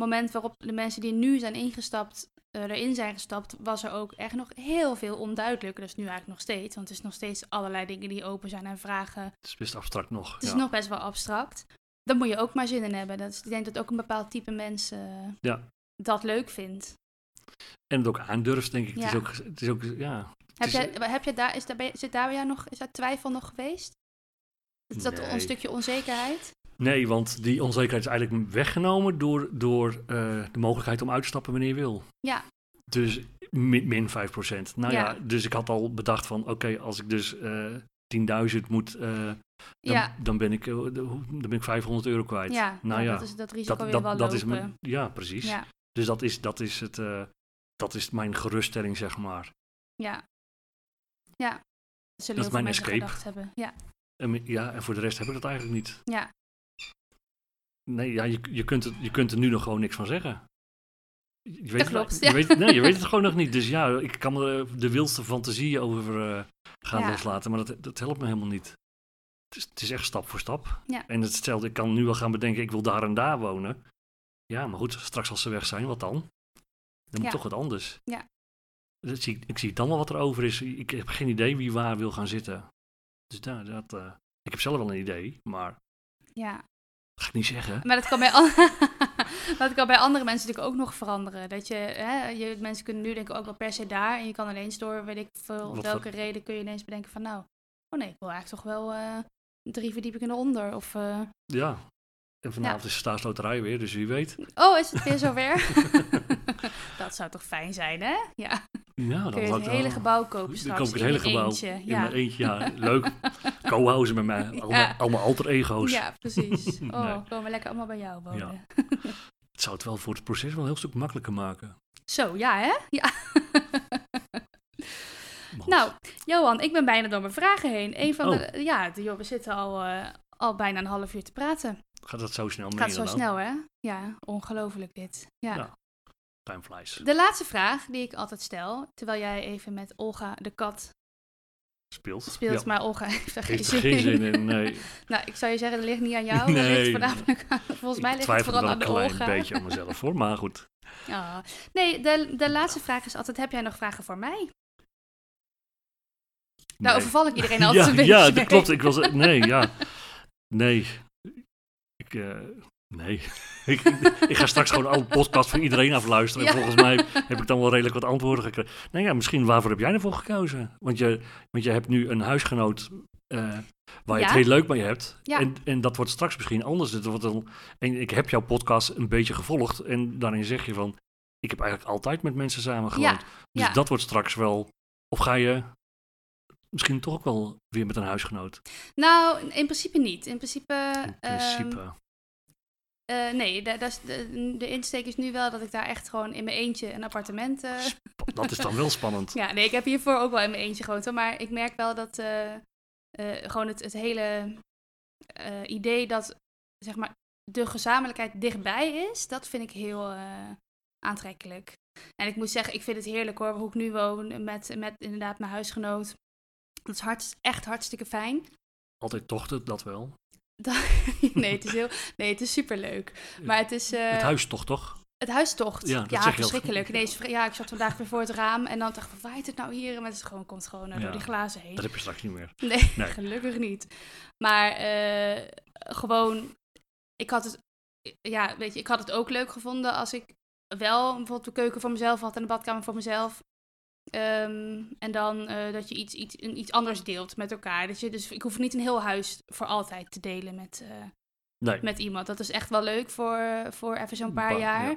[SPEAKER 1] moment waarop de mensen die nu zijn ingestapt, eh, erin zijn gestapt, was er ook echt nog heel veel onduidelijk. Dat is nu eigenlijk nog steeds, want het is nog steeds allerlei dingen die open zijn en vragen
[SPEAKER 2] Het is best abstract nog.
[SPEAKER 1] Het is
[SPEAKER 2] ja.
[SPEAKER 1] nog best wel abstract. Dan moet je ook maar zin in hebben. Dat is, ik denk dat ook een bepaald type mensen eh,
[SPEAKER 2] Ja.
[SPEAKER 1] dat leuk vindt.
[SPEAKER 2] En het ook aandurft, denk ik. Het,
[SPEAKER 1] Ja.
[SPEAKER 2] is ook, het is ook, ja.
[SPEAKER 1] Heb
[SPEAKER 2] is-
[SPEAKER 1] jij, heb jij daar, is daar, ben je- zit daar bij jou nog, is daar twijfel nog geweest? Is dat
[SPEAKER 2] Nee.
[SPEAKER 1] een stukje onzekerheid?
[SPEAKER 2] Nee, want die onzekerheid is eigenlijk weggenomen door, door eh, de mogelijkheid om uit te stappen wanneer je wil.
[SPEAKER 1] Ja.
[SPEAKER 2] Dus min, min 5%. Nou ja.
[SPEAKER 1] Ja.
[SPEAKER 2] dus ik had al bedacht van, oké, als ik dus eh 10.000 moet, eh, dan,
[SPEAKER 1] ja,
[SPEAKER 2] dan, ben ik, eh, de- dan ben ik 500 euro kwijt.
[SPEAKER 1] ja.
[SPEAKER 2] nou ja,
[SPEAKER 1] dat is dat risico weer wel
[SPEAKER 2] dat
[SPEAKER 1] lopen.
[SPEAKER 2] is mijn, ja, precies.
[SPEAKER 1] ja,
[SPEAKER 2] Dus dat is, dat, is het, eh, dat is mijn geruststelling, zeg maar.
[SPEAKER 1] ja, ja. Dat
[SPEAKER 2] Dat
[SPEAKER 1] zullen
[SPEAKER 2] is
[SPEAKER 1] heel veel
[SPEAKER 2] mijn
[SPEAKER 1] mensen
[SPEAKER 2] escape.
[SPEAKER 1] gedacht hebben. Ja,
[SPEAKER 2] En, ja, en voor de rest heb ik dat eigenlijk niet.
[SPEAKER 1] ja,
[SPEAKER 2] Nee, ja, je, je, kunt het, je kunt er nu nog gewoon niks van zeggen. Je weet, het-
[SPEAKER 1] klopt,
[SPEAKER 2] Je
[SPEAKER 1] ja.
[SPEAKER 2] weet, nee, je weet het gewoon nog niet. Dus ja, ik kan er de wildste fantasie over eh, gaan
[SPEAKER 1] Ja.
[SPEAKER 2] loslaten. Maar dat, dat helpt me helemaal niet. Het is, het is echt stap voor stap.
[SPEAKER 1] Ja.
[SPEAKER 2] En hetzelfde, ik kan nu al gaan bedenken, ik wil daar en daar wonen. Ja, maar goed, straks als ze weg zijn, wat dan? Dan moet
[SPEAKER 1] Ja.
[SPEAKER 2] toch wat anders.
[SPEAKER 1] Ja.
[SPEAKER 2] Dat zie, ik- ik zie dan wel wat er over is. Ik heb geen idee wie waar wil gaan zitten. Dus daar, dat, eh, ik heb zelf wel een idee, maar
[SPEAKER 1] ja.
[SPEAKER 2] dat ga ik niet zeggen.
[SPEAKER 1] Maar dat kan bij, an- maar dat kan bij andere mensen natuurlijk ook nog veranderen. Dat je, hè, je, mensen kunnen nu denken ook wel per se daar. En je kan ineens door, weet ik veel, om
[SPEAKER 2] Wat
[SPEAKER 1] welke
[SPEAKER 2] voor-
[SPEAKER 1] reden kun je ineens bedenken van nou, oh nee, ik wil eigenlijk toch wel eh, drie verdiepingen eronder. Of, eh,
[SPEAKER 2] Ja. En vanavond is de staatsloterij weer, dus wie weet.
[SPEAKER 1] oh, is het weer zover? dat zou toch fijn zijn, hè?
[SPEAKER 2] Nou,
[SPEAKER 1] Ja,
[SPEAKER 2] Ja,
[SPEAKER 1] kun je het hele gebouw kopen straks.
[SPEAKER 2] Dan koop ik het
[SPEAKER 1] in
[SPEAKER 2] hele
[SPEAKER 1] je
[SPEAKER 2] gebouw
[SPEAKER 1] eentje.
[SPEAKER 2] in
[SPEAKER 1] Ja.
[SPEAKER 2] mijn eentje. Ja, leuk. Co-housen met mij. Allemaal,
[SPEAKER 1] Ja.
[SPEAKER 2] allemaal alter ego's.
[SPEAKER 1] ja, precies.
[SPEAKER 2] Nee.
[SPEAKER 1] Oh, komen we lekker allemaal bij jou wonen.
[SPEAKER 2] Het zou het wel voor het proces wel een heel stuk makkelijker maken.
[SPEAKER 1] Zo, ja hè? Ja.
[SPEAKER 2] Maar goed.
[SPEAKER 1] Nou, Johan, ik ben bijna door mijn vragen heen. Een van
[SPEAKER 2] Oh.
[SPEAKER 1] de, ja, de- joh, we zitten al, eh, al bijna een half uur te praten.
[SPEAKER 2] Gaat dat zo snel mee?
[SPEAKER 1] Gaat zo
[SPEAKER 2] dan?
[SPEAKER 1] snel, hè? Ja, ongelooflijk dit. Ja.
[SPEAKER 2] Ja. Time flies.
[SPEAKER 1] De laatste vraag die ik altijd stel, terwijl jij even met Olga de kat
[SPEAKER 2] Speelt.
[SPEAKER 1] speelt,
[SPEAKER 2] Ja.
[SPEAKER 1] maar Olga heeft er geen,
[SPEAKER 2] Heeft er geen zin in, nee.
[SPEAKER 1] Nou, ik zou je zeggen, dat ligt niet aan jou, dat
[SPEAKER 2] Nee.
[SPEAKER 1] ligt voornamelijk aan, volgens mij ligt
[SPEAKER 2] ik
[SPEAKER 1] het
[SPEAKER 2] twijfel
[SPEAKER 1] vooral
[SPEAKER 2] wel
[SPEAKER 1] aan
[SPEAKER 2] een
[SPEAKER 1] de
[SPEAKER 2] klein
[SPEAKER 1] Olga.
[SPEAKER 2] beetje aan mezelf hoor, maar goed.
[SPEAKER 1] Ja. Nee, de, de laatste vraag is altijd, heb jij nog vragen voor mij? Nou,
[SPEAKER 2] Nee.
[SPEAKER 1] overval ik iedereen altijd
[SPEAKER 2] ja,
[SPEAKER 1] een beetje.
[SPEAKER 2] ja, dat
[SPEAKER 1] mee.
[SPEAKER 2] klopt. Ik was, nee, ja. Nee. Ik, eh, nee. ik, ik ga straks gewoon alle podcast van iedereen afluisteren. En
[SPEAKER 1] Ja.
[SPEAKER 2] volgens mij heb ik dan wel redelijk wat antwoorden gekregen. Nou ja, misschien waarvoor heb jij ervoor gekozen? Want je, want je hebt nu een huisgenoot eh, waar je het
[SPEAKER 1] Ja.
[SPEAKER 2] heel leuk mee hebt.
[SPEAKER 1] Ja.
[SPEAKER 2] En, en dat wordt straks misschien anders. Dat wordt dan, en ik heb jouw podcast een beetje gevolgd. En daarin zeg je van, ik heb eigenlijk altijd met mensen samengewoond.
[SPEAKER 1] Ja,
[SPEAKER 2] Dus
[SPEAKER 1] ja.
[SPEAKER 2] dat wordt straks wel. Of ga je misschien toch ook wel weer met een huisgenoot?
[SPEAKER 1] Nou, in principe niet. In principe.
[SPEAKER 2] In
[SPEAKER 1] ehm,
[SPEAKER 2] principe.
[SPEAKER 1] eh, nee, da- dat is- de, de insteek is nu wel dat ik daar echt gewoon in mijn eentje een appartement. eh,
[SPEAKER 2] Sp- dat is dan wel spannend.
[SPEAKER 1] ja, nee, ik heb hiervoor ook wel in mijn eentje gewoond. hoor, Maar ik merk wel dat eh, eh, gewoon het, het hele eh, idee dat zeg maar, de gezamenlijkheid dichtbij is, dat vind ik heel eh, aantrekkelijk. En ik moet zeggen, ik vind het heerlijk hoor, hoe ik nu woon met, met inderdaad mijn huisgenoot. Dat is hartst- echt hartstikke fijn.
[SPEAKER 2] Altijd tocht het dat wel.
[SPEAKER 1] nee, het is heel, nee, het is superleuk. Maar het is eh,
[SPEAKER 2] het huis toch, toch?
[SPEAKER 1] het huistocht.
[SPEAKER 2] Ja, dat zeg je heel
[SPEAKER 1] verschrikkelijk.
[SPEAKER 2] goed.
[SPEAKER 1] Nee, het is vri- ja, ik zat vandaag weer voor het raam en dan dacht ik, van, waait het nou hier? En het is gewoon, komt gewoon eh,
[SPEAKER 2] Ja.
[SPEAKER 1] door die glazen heen.
[SPEAKER 2] Dat heb je straks niet meer.
[SPEAKER 1] Nee,
[SPEAKER 2] Nee.
[SPEAKER 1] gelukkig niet. Maar eh, gewoon, ik had het, ja, weet je, ik had het ook leuk gevonden als ik wel bijvoorbeeld de keuken voor mezelf had en de badkamer voor mezelf. Ehm, en dan eh, dat je iets, iets, een- iets anders deelt met elkaar. Dat je, dus ik hoef niet een heel huis voor altijd te delen met, eh,
[SPEAKER 2] Nee.
[SPEAKER 1] met iemand. Dat is echt wel leuk voor, voor even zo'n paar
[SPEAKER 2] Ba- ja.
[SPEAKER 1] jaar.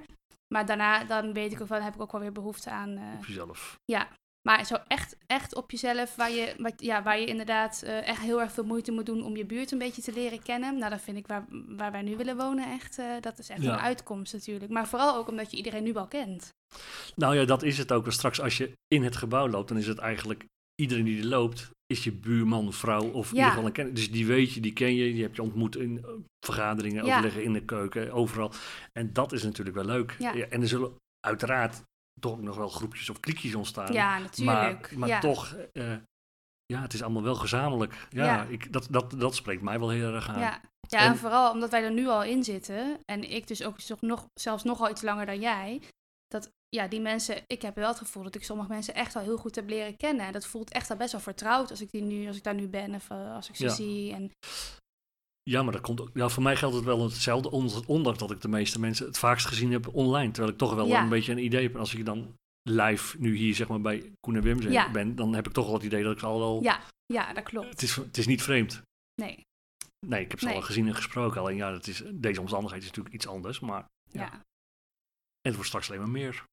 [SPEAKER 1] Maar daarna dan weet ik ook wel, heb ik ook wel weer behoefte aan. eh,
[SPEAKER 2] Op jezelf.
[SPEAKER 1] ja, Maar zo echt, echt op jezelf, waar je, wat, ja, waar je inderdaad eh, echt heel erg veel moeite moet doen om je buurt een beetje te leren kennen. Nou, dat vind ik waar, waar wij nu willen wonen echt, eh, dat is echt
[SPEAKER 2] Ja.
[SPEAKER 1] een uitkomst natuurlijk. Maar vooral ook omdat je iedereen nu al kent.
[SPEAKER 2] Nou ja, dat is het ook. Want straks als je in het gebouw loopt, dan is het eigenlijk iedereen die er loopt, is je buurman, vrouw of in
[SPEAKER 1] Ja.
[SPEAKER 2] ieder geval een kennis. Dus die weet je, die ken je, die heb je ontmoet in eh, vergaderingen,
[SPEAKER 1] Ja.
[SPEAKER 2] overleggen in de keuken, overal. En dat is natuurlijk wel leuk.
[SPEAKER 1] Ja.
[SPEAKER 2] en er zullen uiteraard toch ook nog wel groepjes of klikjes ontstaan.
[SPEAKER 1] ja, natuurlijk.
[SPEAKER 2] Maar, maar
[SPEAKER 1] ja.
[SPEAKER 2] toch, eh, ja, het is allemaal wel gezamenlijk. Ja,
[SPEAKER 1] Ja.
[SPEAKER 2] Ik, dat, dat, dat spreekt mij wel heel erg aan.
[SPEAKER 1] Ja. ja, en
[SPEAKER 2] En-
[SPEAKER 1] vooral omdat wij er nu al in zitten. En ik dus ook zo- nog, zelfs nogal iets langer dan jij. Dat ja, die mensen, ik heb wel het gevoel dat ik sommige mensen echt al heel goed heb leren kennen. En dat voelt echt al best wel vertrouwd als ik, die nu, als ik daar nu ben of eh, als ik ze
[SPEAKER 2] Ja.
[SPEAKER 1] zie. En,
[SPEAKER 2] Ja, maar dat komt ook. Ja, voor mij geldt het wel hetzelfde. on- Ondanks dat ik de meeste mensen het vaakst gezien heb online. Terwijl ik toch wel
[SPEAKER 1] Ja.
[SPEAKER 2] een beetje een idee heb. En als ik dan live nu hier zeg maar bij Koen en Wim zijn-
[SPEAKER 1] Ja.
[SPEAKER 2] ben, dan heb ik toch wel het idee dat ik ze al wel.
[SPEAKER 1] Ja. ja, dat klopt.
[SPEAKER 2] Het, is, het is niet vreemd.
[SPEAKER 1] Nee,
[SPEAKER 2] Nee, ik heb ze
[SPEAKER 1] Nee.
[SPEAKER 2] al gezien en gesproken. Alleen ja, dat is, deze omstandigheid is natuurlijk iets anders. Maar en
[SPEAKER 1] ja.
[SPEAKER 2] Ja.
[SPEAKER 1] ja.
[SPEAKER 2] het wordt straks alleen maar meer.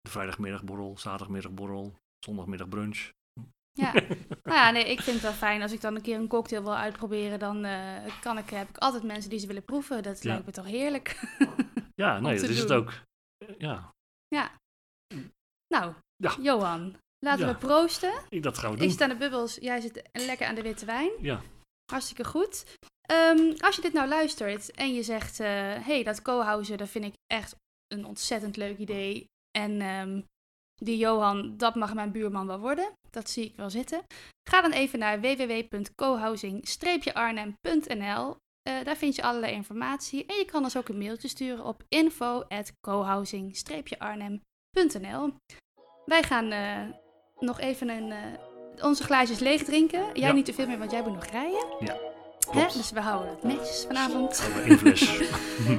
[SPEAKER 2] De vrijdagmiddagborrel, zaterdagmiddagborrel, zondagmiddagbrunch.
[SPEAKER 1] Ja. Nou ja, nee, ik vind het wel fijn. Als ik dan een keer een cocktail wil uitproberen, dan eh, kan ik, heb ik altijd mensen die ze willen proeven. Dat
[SPEAKER 2] Ja.
[SPEAKER 1] lijkt me toch heerlijk.
[SPEAKER 2] Ja, nee,
[SPEAKER 1] te
[SPEAKER 2] dat is het
[SPEAKER 1] doen.
[SPEAKER 2] ook. Ja,
[SPEAKER 1] Nou,
[SPEAKER 2] Ja.
[SPEAKER 1] Johan, laten
[SPEAKER 2] Ja.
[SPEAKER 1] we proosten.
[SPEAKER 2] ik, dat gaan we nou doen.
[SPEAKER 1] Ik zit aan de bubbels, jij zit lekker aan de witte wijn.
[SPEAKER 2] Ja.
[SPEAKER 1] Hartstikke goed. Ehm, als je dit nou luistert en je zegt, hé, hey, dat co-housen, dat vind ik echt een ontzettend leuk idee. En ehm, die Johan, dat mag mijn buurman wel worden. Dat zie ik wel zitten. Ga dan even naar www.cohousing-arnhem.nl. Eh, daar vind je allerlei informatie. En je kan ons ook een mailtje sturen op info.cohousing-arnhem.nl. Wij gaan eh, nog even een, eh, onze glaasjes leeg drinken. Jij
[SPEAKER 2] Ja.
[SPEAKER 1] niet te veel meer, want jij moet nog rijden. Hè?
[SPEAKER 2] Klopt.
[SPEAKER 1] Dus we houden het netjes vanavond.
[SPEAKER 2] Houden we één fles.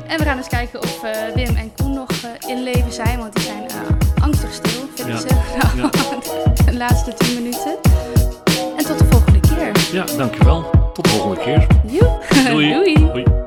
[SPEAKER 1] En we gaan eens kijken of eh, Wim en Koen nog eh, in leven zijn. Want die zijn eh, angstig stil, vinden
[SPEAKER 2] Ja.
[SPEAKER 1] ze. Nou, de laatste 10 minuten. En tot de volgende keer.
[SPEAKER 2] Ja, dankjewel. Tot de volgende keer.
[SPEAKER 1] Joe.
[SPEAKER 2] Doei.
[SPEAKER 1] Doei.
[SPEAKER 2] Doei.